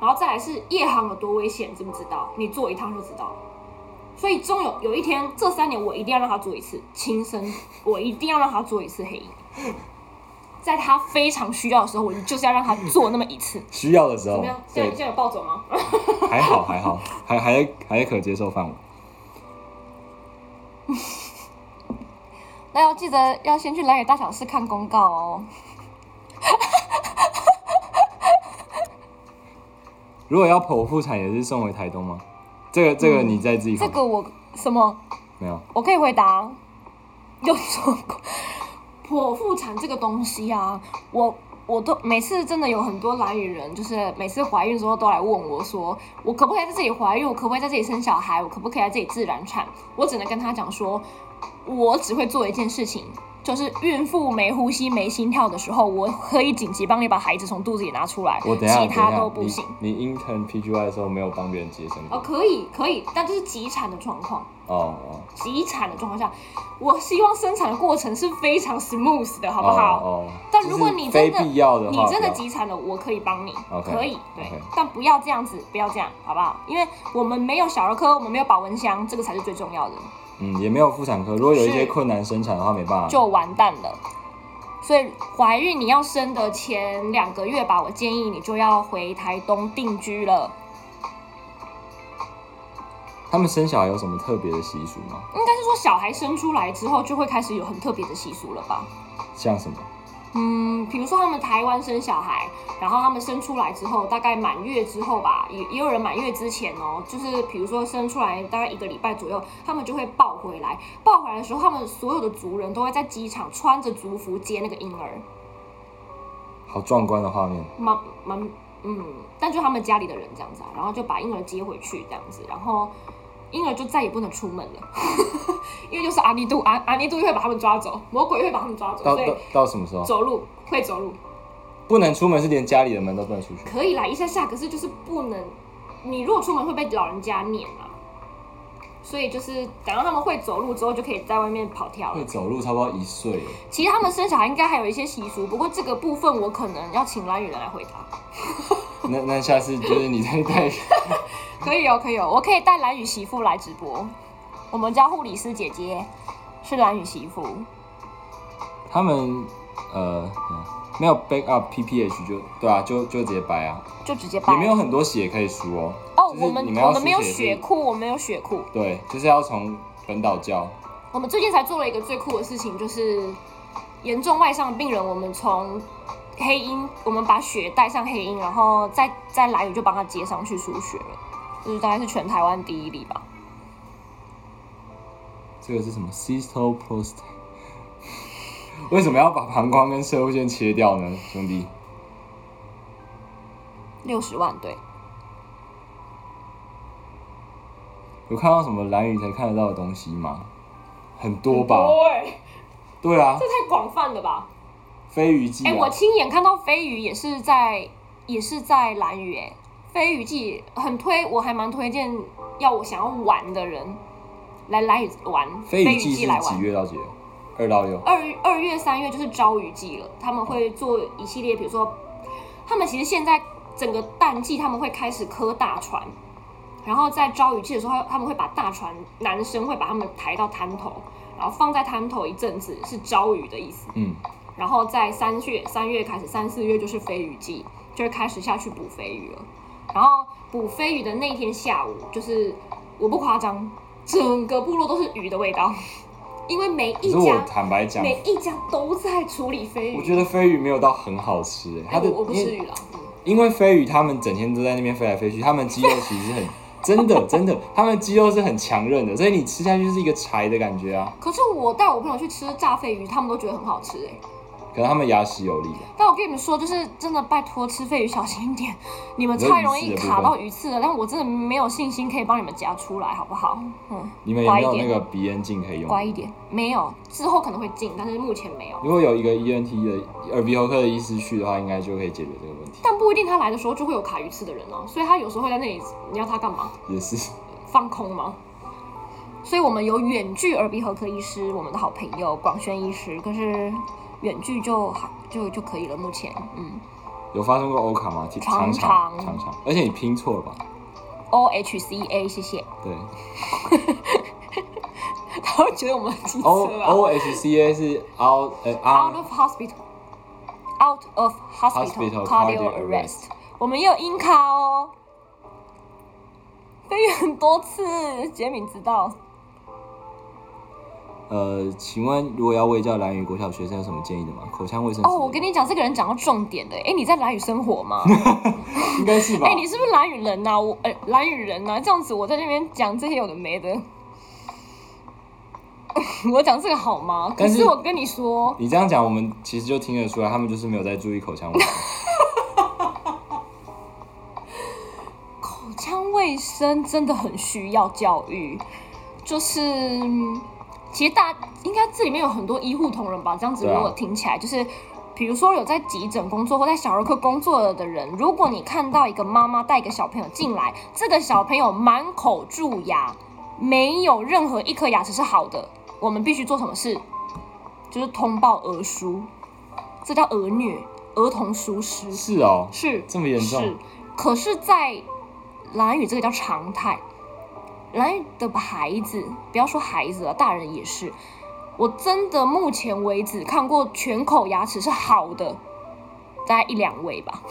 [SPEAKER 2] 然后再来是夜航有多危险，知不知道？你坐一趟就知道了。所以终有有一天，这三年我一定要让他做一次亲身，我一定要让他做一次黑鹰。在他非常需要的时候，我就是要让他做那么一次。
[SPEAKER 1] 需要的时
[SPEAKER 2] 怎
[SPEAKER 1] 候
[SPEAKER 2] 么样？，现在
[SPEAKER 1] 哦对
[SPEAKER 2] 现，在有暴走 吗？
[SPEAKER 1] 还好还好，还还在还在可接受范围。
[SPEAKER 4] 那要记得要先去蓝雨大小事看公告哦。
[SPEAKER 1] 如果要剖腹产，也是送回台东吗？这个这个你再自己考
[SPEAKER 4] 嗯这
[SPEAKER 1] 虑、
[SPEAKER 4] 个我什么
[SPEAKER 1] 没有。
[SPEAKER 4] 我可以回答，有说过
[SPEAKER 2] 剖腹产这个东西啊，
[SPEAKER 4] 啊，我我都每次真的有很多蓝雨人，就是每次怀孕之后都来问我说，我可不可以在这里怀孕？我可不可以在这里生小孩？我可不可以在这里自然产？我只能跟他讲说，我只会做一件事情，就是孕妇没呼吸、没心跳的时候，我可以紧急帮你把孩子从肚子里拿出来，
[SPEAKER 1] 我等一下，
[SPEAKER 4] 其他
[SPEAKER 1] 等一下
[SPEAKER 4] 都不行。
[SPEAKER 1] 你你 intern PGY 的时候没有帮别人接生过？
[SPEAKER 2] 哦，可以可以，但这是急产的状况。
[SPEAKER 1] 哦哦，
[SPEAKER 2] 急产的状况下，我希望生产的过程是非常 smooth 的，好
[SPEAKER 1] 好
[SPEAKER 2] 不好？
[SPEAKER 1] 哦，哦
[SPEAKER 2] 但如果你真的
[SPEAKER 1] 就是非必要的
[SPEAKER 2] 你
[SPEAKER 1] 话，
[SPEAKER 2] 真的
[SPEAKER 1] 不要
[SPEAKER 2] 急产了，我可以帮你
[SPEAKER 1] OK，
[SPEAKER 2] 可以对
[SPEAKER 1] OK
[SPEAKER 2] 但不要这样子，不要这样，好不好？因为我们没有小儿科，我们没有保温箱，这个才是最重要的，
[SPEAKER 1] 嗯，也没有妇产科。如果有一些
[SPEAKER 2] 是
[SPEAKER 1] 困难生产的话，没办法。
[SPEAKER 2] 就完蛋了。所以怀孕你要生的前两个月吧，我建议你就要回台东定居了。
[SPEAKER 1] 他们生小孩有什么特别的习俗吗？
[SPEAKER 2] 应该是说小孩生出来之后就会开始有很特别的习俗了吧？
[SPEAKER 1] 像什么？
[SPEAKER 2] 嗯，比如说他们台湾生小孩，然后他们生出来之后，大概满月之后吧，也也有人满月之前哦，就是比如说生出来大概一个礼拜左右，他们就会抱回来。抱回来的时候，他们所有的族人都会在机场穿着族服接那个婴儿，
[SPEAKER 1] 好壮观的画面，
[SPEAKER 2] 蛮蛮嗯，但就他们家里的人这样子啊，然后就把婴儿接回去这样子，然后婴儿就再也不能出门了， 因为就是阿尼杜阿阿尼杜会把他们抓走，魔鬼会把他们抓走，
[SPEAKER 1] 到
[SPEAKER 2] 所以
[SPEAKER 1] 到到什么时候？
[SPEAKER 2] 走路会走路。
[SPEAKER 1] 不能出门，是连家里的门都不能出去。
[SPEAKER 2] 可以啦，一下下，可是就是不能，你如果出门会被老人家撵啊。
[SPEAKER 5] 所以就是等到他们会走路之后，就可以在外面跑跳
[SPEAKER 1] 会
[SPEAKER 5] 了。
[SPEAKER 1] 走路差不多一岁 了，
[SPEAKER 2] 其实他们生小孩应该还有一些习俗，不过这个部分我可能要请蓝雨人来回答。
[SPEAKER 1] 嗯那那下次就是你再 带
[SPEAKER 2] 可以哦，可以哦，我可以带蓝雨媳妇来直播。我们家护理师姐姐是蓝雨媳妇，
[SPEAKER 1] 他们呃嗯没有 back up PPH 就对啊，就就直接掰啊，
[SPEAKER 2] 就直接
[SPEAKER 1] 也
[SPEAKER 2] 掰。
[SPEAKER 1] 没有很多血可以输哦。
[SPEAKER 2] 哦，
[SPEAKER 1] 就是
[SPEAKER 2] 我们
[SPEAKER 1] 你们要
[SPEAKER 2] 我们没有
[SPEAKER 1] 输血
[SPEAKER 2] 血库，我们没有血库。
[SPEAKER 1] 对，就是要从本岛教，
[SPEAKER 2] 我们最近才做了一个最酷的事情，就是严重外伤的病人，我们从黑鹰，我们把血带上黑鹰，然后再再来雨就帮他接上去输血了，就是大概是全台湾第一例吧。
[SPEAKER 1] 这个是什么 Cystal Post？为什么要把膀胱跟射物线切掉呢，兄弟？
[SPEAKER 2] 六十万对，
[SPEAKER 1] 有看到什么蓝雨才看得到的东西吗？很多吧？
[SPEAKER 5] 多哎，
[SPEAKER 1] 对啊
[SPEAKER 5] 这，太广泛了吧？
[SPEAKER 1] 飞鱼记
[SPEAKER 2] 哎、我
[SPEAKER 1] 啊，
[SPEAKER 2] 亲眼看到飞鱼也是在也是在蓝屿哎，飞鱼季很推，我还蛮推荐要我想要玩的人来蓝屿玩
[SPEAKER 1] 飞鱼记
[SPEAKER 2] 季
[SPEAKER 1] 是
[SPEAKER 2] 来
[SPEAKER 1] 几
[SPEAKER 2] 玩。
[SPEAKER 1] 月到几月？二到六。
[SPEAKER 2] 二二月、三月就是招鱼季了，他们会做一系列，比如说，他们其实现在整个淡季他们会开始磕大船，然后在招鱼季的时候，他们会把大船男生会把他们抬到滩头，然后放在滩头一阵子，是招鱼的意思。
[SPEAKER 1] 嗯，
[SPEAKER 2] 然后在三月三月开始，三四月就是飞鱼季，就会开始下去捕飞鱼了。然后捕飞鱼的那天下午，就是我不夸张，整个部落都是鱼的味道， 因为每
[SPEAKER 1] 可
[SPEAKER 2] 一
[SPEAKER 1] 是
[SPEAKER 2] 家
[SPEAKER 1] 我坦白讲，
[SPEAKER 5] 每一家都在处理飞
[SPEAKER 1] 我
[SPEAKER 5] 鱼。
[SPEAKER 1] 觉得飞鱼没有到很好吃、欸，它的
[SPEAKER 5] 哎我我不
[SPEAKER 1] 因
[SPEAKER 5] 吃
[SPEAKER 1] 为
[SPEAKER 5] 鱼了，
[SPEAKER 2] 嗯
[SPEAKER 1] 因为飞鱼它们整天都在那边飞来飞去，它们肌肉其实是很真的真的，它们肌肉是很强韧的，所以你吃下去就是一个柴的感觉啊。
[SPEAKER 2] 可是我带我朋友去吃炸鲱鱼，他们都觉得很好吃哎、
[SPEAKER 1] 可能它们牙齿有力，啊
[SPEAKER 2] 但我跟你们说，就是真的，拜托吃鲱鱼小心一点，你们太容易卡到鱼刺了。但我真的没有信心可以帮你们夹出来，好不好？嗯，
[SPEAKER 1] 你们有没有
[SPEAKER 2] 乖一
[SPEAKER 1] 那
[SPEAKER 2] 点
[SPEAKER 1] 个鼻咽镜可以用？
[SPEAKER 2] 乖一点。没有，之后可能会进，但是目前没有。
[SPEAKER 1] 如果有一个 ENT 的耳鼻喉科的医师去的话，应该就可以解决这个问题。
[SPEAKER 2] 但不一定他来的时候就会有卡鱼刺的人哦、所以他有时候会在那里，你要他干嘛？
[SPEAKER 1] 也是，
[SPEAKER 2] 放空吗？所以我们有远距耳鼻喉科医师，我们的好朋友广轩医师，可是远距就还就就可以了，目前嗯
[SPEAKER 1] 有发生过欧卡吗？其常
[SPEAKER 2] 常
[SPEAKER 1] 常
[SPEAKER 2] 常
[SPEAKER 1] 常常，而且你拼错了吧？
[SPEAKER 2] ，O H C A，谢谢。
[SPEAKER 1] 对
[SPEAKER 2] 他会觉得我们很机车
[SPEAKER 1] ，O
[SPEAKER 2] 吧
[SPEAKER 1] 哦 O H C A 是 out 呃
[SPEAKER 2] 啊
[SPEAKER 1] out
[SPEAKER 2] ？Out of hospital, out of hospital
[SPEAKER 1] Hospital
[SPEAKER 2] cardio
[SPEAKER 1] cardio arrest
[SPEAKER 2] arrest。我们也有英卡哦，飞跃很多次，杰敏知道。
[SPEAKER 1] 呃，请问如果要喂教蓝屿国小学生有什么建议的吗？口腔卫生之类
[SPEAKER 2] 哦，
[SPEAKER 1] 的
[SPEAKER 2] 我跟你讲，这个人讲到重点的。哎，你在蓝屿生活吗？
[SPEAKER 1] 应该是吧
[SPEAKER 2] 哎，？你是不是蓝屿人呐、我呃，蓝屿人呐、这样子我在那边讲这些有的没的。 我讲这个好吗？可
[SPEAKER 1] 但是
[SPEAKER 2] 是我跟你说，
[SPEAKER 1] 你这样讲，我们其实就听得出来，他们就是没有在注意口腔卫生。
[SPEAKER 2] 口腔卫生真的很需要教育，就是嗯其实大应该这里面有很多医护同仁吧，这样子
[SPEAKER 1] 对啊
[SPEAKER 2] 如果听起来、就是。比如说有在急诊工作或在小儿科工作的人，如果你看到一个妈妈带一个小朋友进来，这个小朋友满口蛀牙，没有任何一颗牙齿是好的，我们必须做什么事？就是通报儿书，这叫儿虐，儿童疏 失。
[SPEAKER 1] 是哦，
[SPEAKER 2] 是
[SPEAKER 1] 这么严重
[SPEAKER 2] 是，可是，在蓝语这个叫常态，蓝语的孩子，不要说孩子了，大人也是。我真的目前为止看过全口牙齿是好的，大概一两位吧，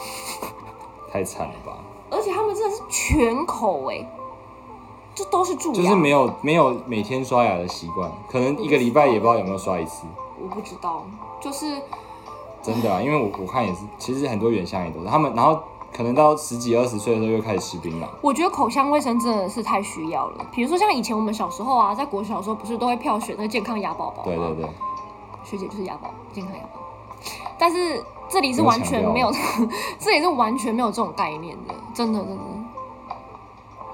[SPEAKER 1] 太惨了吧？
[SPEAKER 2] 而且他们真的是全口哎、这都是蛀牙，
[SPEAKER 1] 就是没有没有每天刷牙的习惯，可能一个礼拜也不知道有没有刷一次。
[SPEAKER 2] 我不知道，就是
[SPEAKER 1] 真
[SPEAKER 2] 嗯
[SPEAKER 1] 的、啊，因为我我看也是，其实很多原乡也都是他们，然后可能到十几二十岁的时候又开始吃槟榔。
[SPEAKER 2] 我觉得口腔卫生真的是太需要了。比如说像以前我们小时候啊，在国小的时候不是都会票选那个健康牙宝宝吗？
[SPEAKER 1] 对对对，
[SPEAKER 2] 学姐就是牙宝，健康牙宝。但是这里是完全 没有，这里是完全没有这种概念的，真的真的。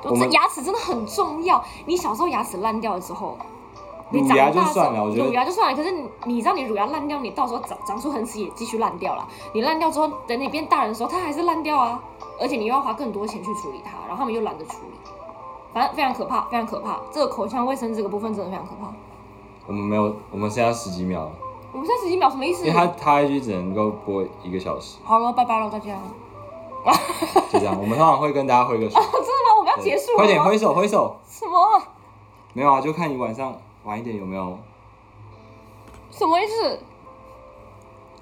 [SPEAKER 1] 我
[SPEAKER 2] 我
[SPEAKER 1] 们
[SPEAKER 2] 这牙齿真的很重要。你小时候牙齿烂掉了之后，你
[SPEAKER 1] 乳
[SPEAKER 2] 长
[SPEAKER 1] 牙
[SPEAKER 2] 大
[SPEAKER 1] 就
[SPEAKER 2] 之
[SPEAKER 1] 算了，
[SPEAKER 2] 后
[SPEAKER 1] 我觉
[SPEAKER 2] 乳
[SPEAKER 1] 得
[SPEAKER 2] 牙就算了。可是你你知道，你乳牙烂掉，你到时候长长出恒齿也继续烂掉了。你烂掉之后，等你变大人的时候，它还是烂掉啊。而且你又要花更多钱去处理它，然后他们又懒得处理，反正非常可怕，非常可怕。这个口腔卫生这个部分真的非常可怕。
[SPEAKER 1] 我们没有，我们剩下十几秒了，
[SPEAKER 2] 我们现在十几秒什么意
[SPEAKER 1] 因
[SPEAKER 2] 思
[SPEAKER 1] 为？他他 IG 只能够播一个小时，
[SPEAKER 2] 好了，拜拜了，大家。
[SPEAKER 1] 就这样。我们通常会跟大家挥个手，
[SPEAKER 2] 真的吗？我们要 结束了吗？
[SPEAKER 1] 快点挥手挥手。
[SPEAKER 2] 什么？
[SPEAKER 1] 没有啊，就看你晚上晚一点有没有。
[SPEAKER 2] 什么意思？